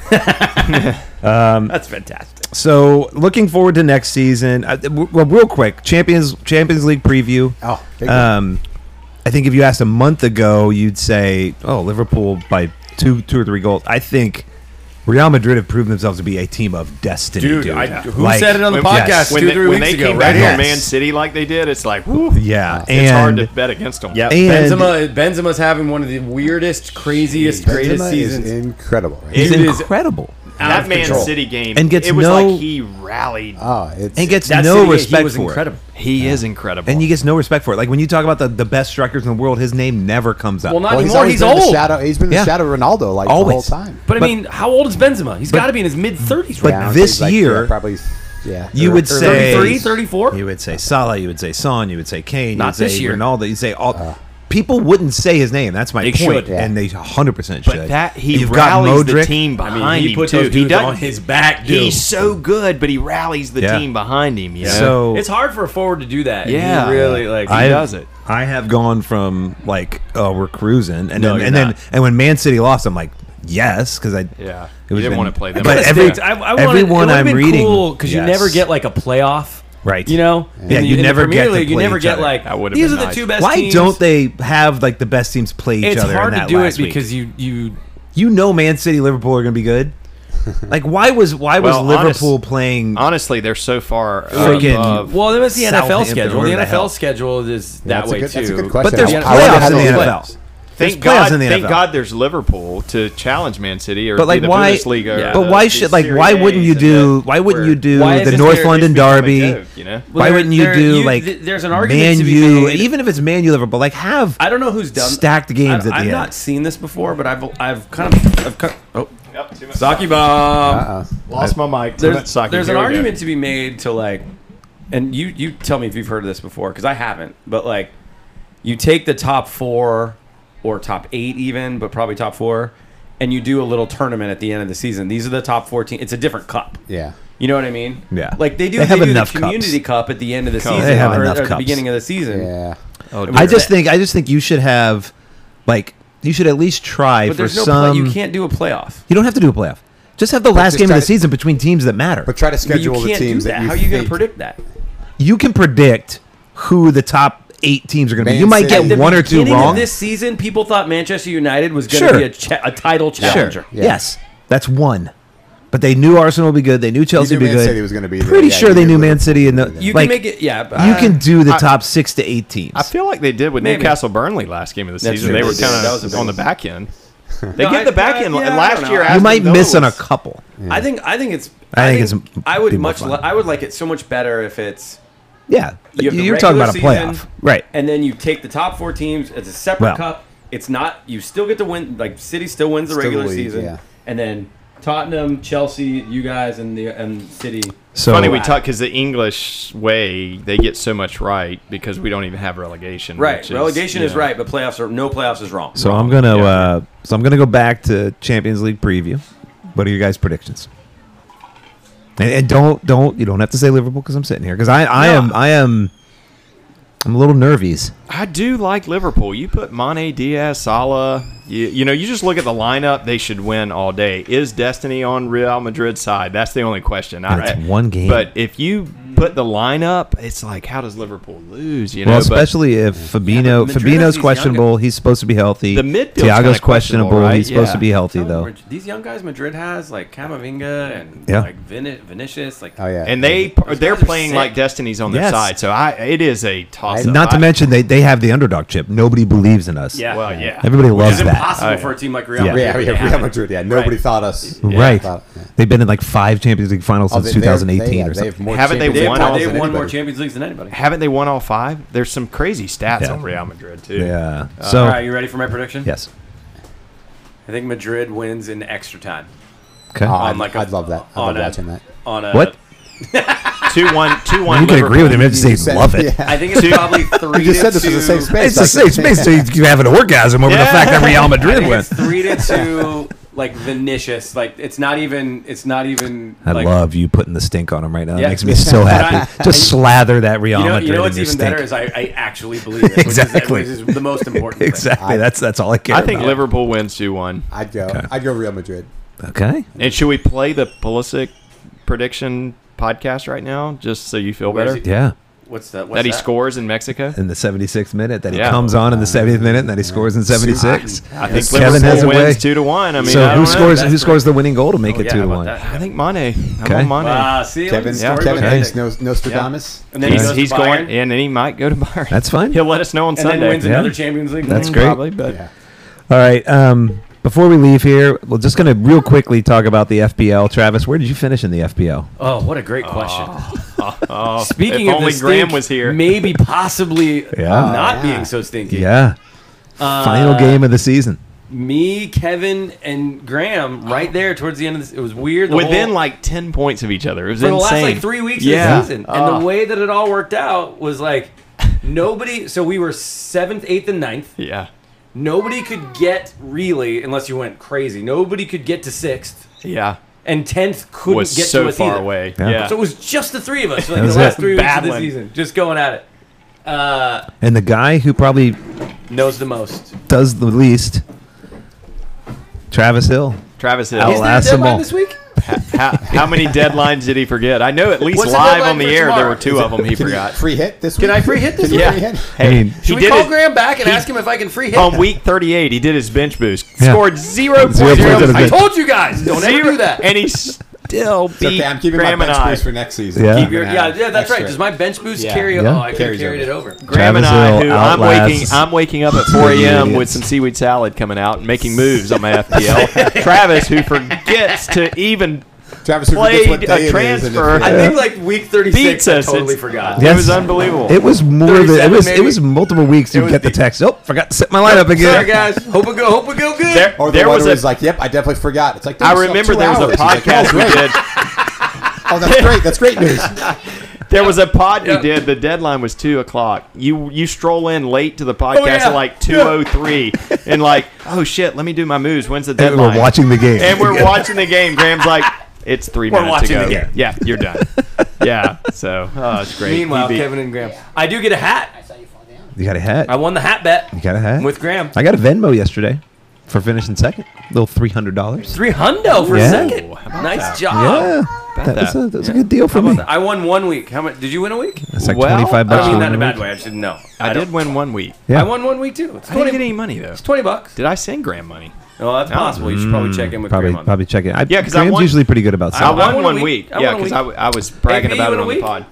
B: That's fantastic.
A: So, looking forward to next season. Uh, w- well, real quick, Champions Champions League preview.
E: Oh, big
A: um, I think if you asked a month ago, you'd say, "Oh, Liverpool by two, two or three goals." I think Real Madrid have proven themselves to be a team of destiny, dude.
B: Dude, I- who
A: Like,
B: said it on the
A: yes.
B: podcast
D: When
B: two,
D: they,
B: three
D: when
B: weeks
D: they
B: ago?
D: came
B: Right
D: back
B: here.
D: on
A: Yes.
D: Man City like they did, it's like, whew,
A: Yeah,
D: it's hard
A: and
D: to bet against them.
B: Yeah,
A: And-
B: Benzema. Benzema's having one of the weirdest, craziest, greatest
E: Benzema is
B: seasons.
E: incredible. Right?
A: it's
B: Dude, it is-
A: incredible
B: out
D: That
B: of
D: Man
B: control.
D: City game,
A: And gets
D: it was
A: no-
D: like he
B: Uh,
D: rallied.
E: oh, it's
A: and gets
B: That City
A: no
B: game,
A: respect
B: he was
A: for
B: incredible.
D: he is incredible.
A: it, and he gets no respect for it. Like when you talk about the, the best strikers in the world, his name never comes up.
B: Well, not
E: well, he's,
B: anymore.
E: always
B: He's,
E: been The
B: old.
E: shadow, he's been
A: Yeah.
E: the shadow of Ronaldo like
A: Always.
E: the whole time.
B: But I
A: But-
B: mean, how old is Benzema? He's got to be in his mid 30s. Right?
A: But
E: Now,
A: this
E: he's like,
A: year,
E: yeah, probably yeah,
A: you
E: or-
A: would
E: or-
A: say-
B: 33, 34?
A: You would say Salah, you would say Son, you would say Kane, you
B: Not
A: would say
B: this year.
A: Ronaldo, you say all. people wouldn't say his name. That's my
B: They
A: point,
B: should. Yeah.
A: and they 100 percent should.
D: but that he
A: You've got
D: rallies the
A: Modric.
D: team
B: I mean,
D: behind
B: he
D: him
B: put
D: too.
B: those
D: he
B: dudes on
D: doesn't.
B: his back, dude.
D: he's so good, but he rallies the
A: Yeah.
D: team behind him. You know?
A: So
B: it's hard for a forward to do that.
D: Yeah.
B: He really, like,
D: I- does it.
A: I have gone from like, oh, we're cruising, and
D: No,
A: then
D: you're
A: and
D: not.
A: then and when Man City lost, I'm like, yes, because I it
D: Yeah.
A: was
D: You didn't
A: been-
D: wanna play them.
A: But
D: Kinda
A: every
B: Stinks. I, I wanted,
A: everyone
B: it would've
A: I'm
B: been
A: reading
B: because you never
A: Yes.
B: get like a playoff,
A: Right.
B: You know,
A: Yeah,
B: In the-
A: you
B: in the
A: never
B: Premier
A: get to
B: League, you
A: play
B: never
A: each
B: get
A: other.
B: like
D: That would've
B: these are
D: been
B: the
D: nice.
B: two best.
A: Why
B: teams.
A: don't they have like the best teams play each
B: It's
A: other? in
B: hard to
A: that
B: do it
A: last week?
B: because you you
A: you know Man City, Liverpool are going to be good. Like why was why was
D: Well, honest-
A: Liverpool playing?
D: Honestly, they're so far
A: So you-
D: above.
B: Well, then it's the NFL
A: Southampton,
B: schedule.
A: whatever
B: The
A: the hell.
B: NFL schedule is that
E: that's a
B: way
E: good,
B: too.
E: That's a good question.
A: but there's
E: I- I wonder
A: playoffs
E: how
A: in
E: they
A: the
E: play.
A: NFL.
D: thank
A: there's playoffs
D: God,
A: in the
D: thank
A: NFL.
D: God, there's Liverpool to challenge Man City or
A: But like
D: be the
A: why?
D: Bundesliga. or
A: But
D: the-
A: why
D: the
A: should like
D: Serie
A: why wouldn't
D: A's
A: you
D: and
A: do
D: the-
A: why wouldn't
D: where-
A: you do
B: Why is
A: the
B: this
A: North
D: It's
A: London
D: become a
A: derby?
D: joke, you know.
A: why
B: there-
A: wouldn't you
B: there-
A: do
B: you-
A: like
B: th- there's an argument
A: Man
B: to be
A: U,
B: made.
A: even if it's Man U Liverpool, like have
B: I don't know who's done
A: Stacked games
B: I,
A: at the
B: I've
A: end.
B: not seen this before, but I've I've kind of I've cut, oh
D: Yep, too much-
B: Saki bomb.
E: Uh-uh.
D: Lost my mic. Too much
B: There's,
D: sake.
B: there's
D: Here
B: an
D: we go.
B: argument to be made to like, and you you tell me if you've heard of this before because I haven't, but like, you take the top four or top eight even, but probably top four, and you do a little tournament at the end of the season. These are the top fourteen. It's a different cup.
E: Yeah.
B: You know what I mean?
A: Yeah.
B: Like they do.
A: They
B: They,
A: have
B: do
A: enough
B: the community cup at the end of the
D: Cups.
B: season
A: They have
B: or,
A: enough
B: or at the
A: cups.
B: beginning of the season.
E: Yeah.
A: I just think I just think you should have like you should at least try
B: But
A: for
B: there's no
A: some.
B: play. You
A: you,
B: can't do a playoff.
A: don't have to do a playoff. Just have the last
E: just
A: game of
E: try
A: the
E: to-
A: season between teams that matter.
E: But try to
B: But you
E: schedule the
B: can't do
E: teams
B: that.
E: that you
B: How are you going to
E: think-
B: predict that?
A: you can predict who the top eight teams are going to be.
E: Man
A: You might
E: City. At
A: get
E: the
A: one or two
B: Beginning of
A: wrong.
B: this season, people thought Manchester United was going to
A: Sure.
B: be a, cha- a title challenger.
A: Sure. Yes, that's one. But they knew Arsenal would be good. They knew Chelsea
E: knew
A: would be
E: Man
A: good.
E: City was gonna be there.
A: Pretty
E: Yeah,
A: sure
E: you
A: they
E: knew
A: knew Man
E: Liverpool
A: City.
E: was
A: And the
E: gonna be
B: You
A: like,
B: can make it. Yeah, uh,
A: you can do the top six to eight teams.
D: I feel like they did with
B: Maybe.
D: Newcastle Burnley last game of the
B: That's
D: season.
B: true.
D: They were
B: They did.
D: kind
B: That was a
D: of
B: big
D: on the
B: one. <laughs>
D: back end. They
B: No,
D: get the
B: I-
D: back
B: I-
D: end.
B: yeah, I don't
D: last
B: know.
D: year,
B: You
A: you
D: Aston
A: might miss on a
D: Villa's-
A: couple.
B: I think. I think it's.
A: I think it's-
B: I would
A: be more
B: much.
A: fun.
B: Li- I would like it so much better if it's.
A: Yeah,
B: You have the
A: you are talking
B: regular
A: about a playoff,
B: season,
A: right?
B: And then you take the top four teams as a separate
A: Well-
B: cup. It's not. You still get to win. Like City still wins the
E: Still
B: regular
E: lead,
B: season,
E: yeah.
B: and then Tottenham, Chelsea, you guys, and the and City.
A: So
D: Funny we
B: Wow.
D: talk because the English way they get so much right because we don't even have relegation.
B: Right.
D: which
B: Relegation
D: you
B: is
D: know,
B: right, but playoffs are no playoffs is wrong.
A: So I'm gonna
D: Yeah.
A: uh, so I'm gonna go back to Champions League preview. What are your guys' predictions? And, and don't don't you don't have to say Liverpool because I'm sitting here because I I am I am I'm a little nervies.
D: I do like Liverpool. You put Mane, Diaz, Salah. You, you know, you just look at the lineup; they should win all day. Is destiny on Real Madrid's side? That's the only question.
A: And it's one game.
D: but if you put the lineup, it's like, how does Liverpool lose? You know,
A: Well,
D: but-
A: especially if Fabinho
B: but Madrid has
A: Fabinho's
B: these
A: questionable. He's supposed to be healthy.
D: The midfield's
A: Thiago's
D: kinda questionable,
A: questionable.
D: right?
A: He's supposed
D: Yeah.
A: to be healthy though.
B: These young guys Madrid has like Camavinga and
A: Yeah.
B: like Vin- Vinicius, like
E: Oh yeah.
D: and they they're
B: guys are
D: playing
B: sick.
D: like destiny's on their
A: Yes.
D: side. So I, it is a toss.
A: Not to mention they they have the underdog chip. Nobody believes in us.
B: yeah,
D: well, yeah.
A: Everybody
B: which
A: loves
B: is
A: that.
B: impossible
D: Oh, yeah.
B: for a team like Real
A: Yeah.
B: Madrid.
E: Yeah,
B: to
E: yeah, Real
B: have.
E: Madrid. Yeah, nobody thought us.
A: Right.
E: Thought- yeah.
A: They've been in like five Champions League finals
E: Oh,
A: since
E: they- they're-
A: 2018
E: they- yeah,
A: or
E: they
A: something. Oh,
E: have more
D: Haven't they
E: Champions
B: They
E: League
B: have,
D: won
E: titles
D: all-
B: they
E: than
B: have won more
E: anybody.
B: Champions Leagues than anybody.
D: Haven't they won all five? There's some crazy stats
A: Yeah.
D: on Real Madrid too.
A: Yeah.
B: All
A: So
B: right, you ready for my prediction?
A: yes.
B: I think Madrid wins in extra time.
A: Okay.
E: Oh, I'd,
B: like a-
E: I'd love that. I
B: on
E: love
B: a-
E: watching that.
B: On a
A: What?
H: two one two one.
A: You can agree with him.
H: Liverpool.
A: It says
E: said- <laughs>
A: love it.
I: I think it's probably three.
E: You just said
I: to
E: this was a
I: two-
E: safe space.
A: It's a safe
E: <laughs>
A: space. So you can have an orgasm over the
H: Yeah.
A: fact that Real
B: <laughs> I
A: Madrid
B: think it's
A: went.
B: three
E: <laughs>
B: to two. Like Vinicius, like it's not even. It's not even.
A: I
B: like,
A: love you putting the stink on him right now. That
B: Yeah.
A: makes me
B: <laughs>
A: so happy.
B: I-
A: Just
B: I-
A: slather that Real
B: You know,
A: Madrid
B: you know
A: in
B: what's
A: your
B: even
A: stink.
B: better is I, I actually believe it, which is-
A: Exactly.
B: which is, the most
A: <laughs>
B: important.
A: exactly.
E: I-
A: that's that's all I care.
D: I think
A: about.
D: Liverpool wins two one.
E: I'd go. I'd go Real Madrid.
A: Okay.
D: And should we play the Pulisic prediction podcast right now, just so you feel
B: Where
D: better
B: is he-
A: Yeah.
B: Thing. What's that? What's
D: that he
B: that?
D: scores in Mexico?
A: In the 76th minute, that he
D: Yeah.
A: comes on in the 70th minute, and that he scores in 76.
D: I think
A: Kevin
D: Liverpool
A: has a
D: wins
A: way.
D: two to one. I mean,
A: so
D: I
A: who
D: don't know.
A: scores?
D: That-
A: Who scores the winning goal to make
B: Oh,
A: it
B: yeah,
A: two
B: how
A: to
B: about
A: one?
B: that?
D: I think Mane. I'm
A: Okay.
D: on Mane.
B: Ah, see, look at
E: Kevin.
B: the
D: Yeah.
B: story
E: Kevin
B: behind
E: thinks
B: it.
E: Nos- Nostradamus.
B: And then he
D: he's
B: goes to
D: he's going,
B: Bayern
D: and then he might go to Bayern.
A: <laughs> That's fine.
D: <laughs> He'll let us know on
B: and then
D: Sunday.
B: wins
A: Yeah.
B: another Champions League.
A: That's
B: game.
A: great.
D: Probably, but
E: Yeah.
A: All right. Um, before we leave here, we're just going to real quickly talk about the FBL. Travis, where did you finish in the FBL?
B: Oh, what a great question.
D: oh,
B: Speaking
D: if
B: of the
D: only Graham
B: stink,
D: was here. <laughs>
B: maybe possibly
A: Yeah.
B: not
E: Yeah.
B: being so stinky.
A: Yeah. Final
B: Uh,
A: game of the season.
B: Me, Kevin, and Graham right there towards the end of this. It was weird. The
D: within
B: whole-
D: like ten points of each other. It was
B: for the
D: insane.
B: last like three weeks
D: Yeah.
B: of the season,
A: Ah.
D: Oh.
B: and the way that it all worked out was like nobody. So we were seventh, eighth, and ninth.
D: Yeah,
B: Nobody could get really unless you went crazy. Nobody could get to sixth,
D: yeah.
B: and tenth couldn't
D: Was
B: get
D: so
B: to us
D: far
B: either.
D: away.
A: Yeah.
D: Yeah.
B: So it was just the three of us, like the
A: was
B: last
A: it.
B: three weeks of
D: Battling.
B: the season, just going at it. Uh,
A: And the guy who probably
B: knows the most.
A: does the least, Travis Hill.
D: Travis Hill.
A: Is there a Outlast them deadline all. this
B: this week?
D: how, how
A: <laughs>
D: many deadlines did he forget? I know at least
B: What's the
D: live
B: deadline
D: on the
B: for
D: air there
B: tomorrow?
D: were two of
B: <laughs>
D: them he
E: Can you
D: forgot.
E: free hit this week?
B: Can I free hit this
E: Can you
B: week?
E: free hit?
A: I mean,
B: Should we
D: did
B: call
D: it-
B: Graham back and ask him if I can free hit?
D: on week 38, he did his bench boost.
A: Yeah.
D: Scored 0.0.
A: Zero points out of
B: I
A: bench.
B: told you guys, don't
D: Zero-
B: ever do that.
D: And he still beat
E: It's okay, I'm keeping
D: Graham
E: my
D: and
E: bench
D: I.
E: boost for next season.
A: Yeah.
E: I'm
B: Keep your-
E: gonna
B: yeah,
E: have
B: yeah, that's right.
E: extra.
B: Does my bench boost
E: Yeah.
B: carry?
A: Yeah.
B: Oh, I could
E: Carries
B: carried it over.
D: Graham
A: Travis
D: and I,
A: Hill
D: who I'm waking,
A: outlasts
D: I'm waking up at 4 a.m. with some seaweed salad coming out and making moves on my
E: <laughs>
D: FPL. Travis, who forgets to even
E: Travis who
D: played
E: forgets what
D: a
E: day it is
D: transfer.
E: and if-
B: I think like week 36
D: beats
B: I
D: us.
B: totally
D: It's-
B: forgot.
D: It
A: Yes.
D: was unbelievable.
A: it was more than it
B: 37
A: was. It
B: maybe?
A: was multiple weeks. You
B: was
A: get the
B: deep.
A: text. Oh, forgot to set my lineup again.
B: Sorry guys. Hope it go hope it go good.
D: there,
E: Or the
D: there
E: one
D: was
E: who
D: a
E: was like, "Yep, I definitely forgot." It's like
D: I
E: dude, you still have
D: remember
E: two
D: there was a
E: hours. He's
D: podcast
E: like,
D: we did.
E: Oh, that's great. That's great news.
D: There was a pod
B: Yeah.
D: we did. The deadline was two o'clock. You you stroll in late to the podcast
B: Oh, yeah.
D: at like two
B: <laughs>
D: o three, and like, oh shit, let me do my moves. When's the
A: And
D: deadline?
A: we were watching the game.
D: and we're watching the game. Graham's like, it's 3
B: We're
D: minutes
B: watching
D: ago.
B: the game.
D: Yeah,
B: <laughs>
D: you're done. Yeah, so oh, it's great.
B: Meanwhile,
D: He beat-
B: Kevin and Graham. I do get a hat.
A: You got a hat.
B: I won the hat bet
A: You got a hat.
B: Oh, with Graham.
A: I got a Venmo yesterday for finishing second. Little three hundred dollars.
B: Three hundo for
A: Yeah.
B: second. Nice
A: Yeah,
B: job.
A: that was
D: that.
A: a, that was a good deal for me.
B: I won one week. How much did you win a week?
A: That's like
D: Well,
A: twenty five
B: I
A: bucks.
B: don't mean
A: for
B: that in a
A: one
B: bad
A: week.
B: way. I should know.
D: I did win one week.
A: Yeah.
B: I won one week too. It's
D: I didn't get
B: twenty.
D: any money though.
B: It's twenty bucks.
D: Did I send Graham money?
B: Well, Oh, that's possible. You should probably check in with
A: Mm, Probably,
B: Graham on that.
A: probably check it. I,
D: Yeah, 'cause I
A: Graham's
D: won-
A: usually pretty good about.
D: I
A: selling.
D: won,
B: won a
D: one
B: week.
D: week.
B: I
D: Yeah,
B: won a
D: because
B: week.
D: I, w- I was bragging
B: you
D: about
B: won a
D: it on the
B: week?
D: pod.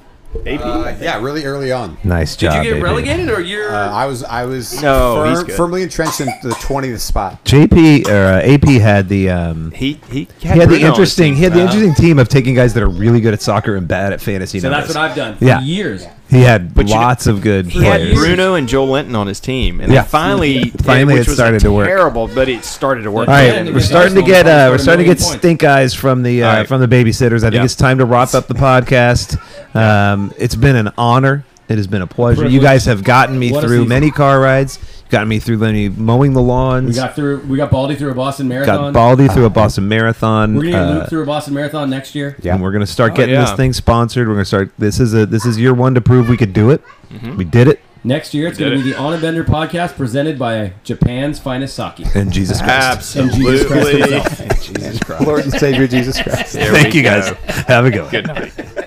E: Uh, <laughs> yeah, really early on.
A: Nice
B: Did
A: job.
B: you get
A: baby.
B: relegated or you're?
E: Uh, I was I was
D: No, he's good.
E: firmly entrenched in the 20th
D: <laughs>
E: spot.
A: JP or uh, AP had the um,
D: He he had,
A: he had
D: Bruno on
A: the
D: his
A: interesting he
D: team.
A: had the interesting team of taking guys that are really good at soccer and bad at fantasy.
F: So that's
A: numbers.
F: what I've done for
A: Yeah.
F: years.
A: He had
D: you know-
A: lots of good
D: He had
A: players.
D: Bruno and Joe Linton on his team, and
A: Yeah.
D: then finally,
A: Finally
D: which
A: it
D: was
A: started to work.
D: Terrible, but it started to work.
A: All
F: Yeah,
A: right,
F: and
A: we're
F: against
A: starting to
F: Arsenal,
A: get
F: probably
A: uh,
F: scored
A: we're
F: a
A: starting to
F: million
A: get
F: points.
A: stink eyes from the uh,
D: All right.
A: from the babysitters. I think
D: Yeah.
A: it's time to wrap up the podcast. Um, it's been an honor. It has been a pleasure. You
F: Privilege.
A: guys have gotten me
F: What a
A: through
F: season.
A: many car rides. You've gotten me through many mowing the
F: We
A: lawns.
F: got through. We got Baldy through a Boston
A: got
F: marathon.
A: Baldy through a Boston marathon.
F: We're gonna get
A: uh,
F: Luke through a Boston marathon next year.
E: Yeah.
A: and we're gonna
F: Oh,
A: start getting
D: yeah.
A: this thing sponsored. We're gonna start. This is a this is year one to prove we could do it.
F: Mm-hmm.
A: We did it,
F: Next year, it's
D: did
F: gonna be
D: it.
F: the On a Bender podcast presented by Japan's finest sake.
A: and Jesus Christ.
F: And Jesus Christ
D: Absolutely.
F: himself.
E: Lord and Savior Jesus Christ.
A: <laughs>
D: There
A: Thank
D: we
A: you guys.
D: go.
A: Have a good one.
D: Good night.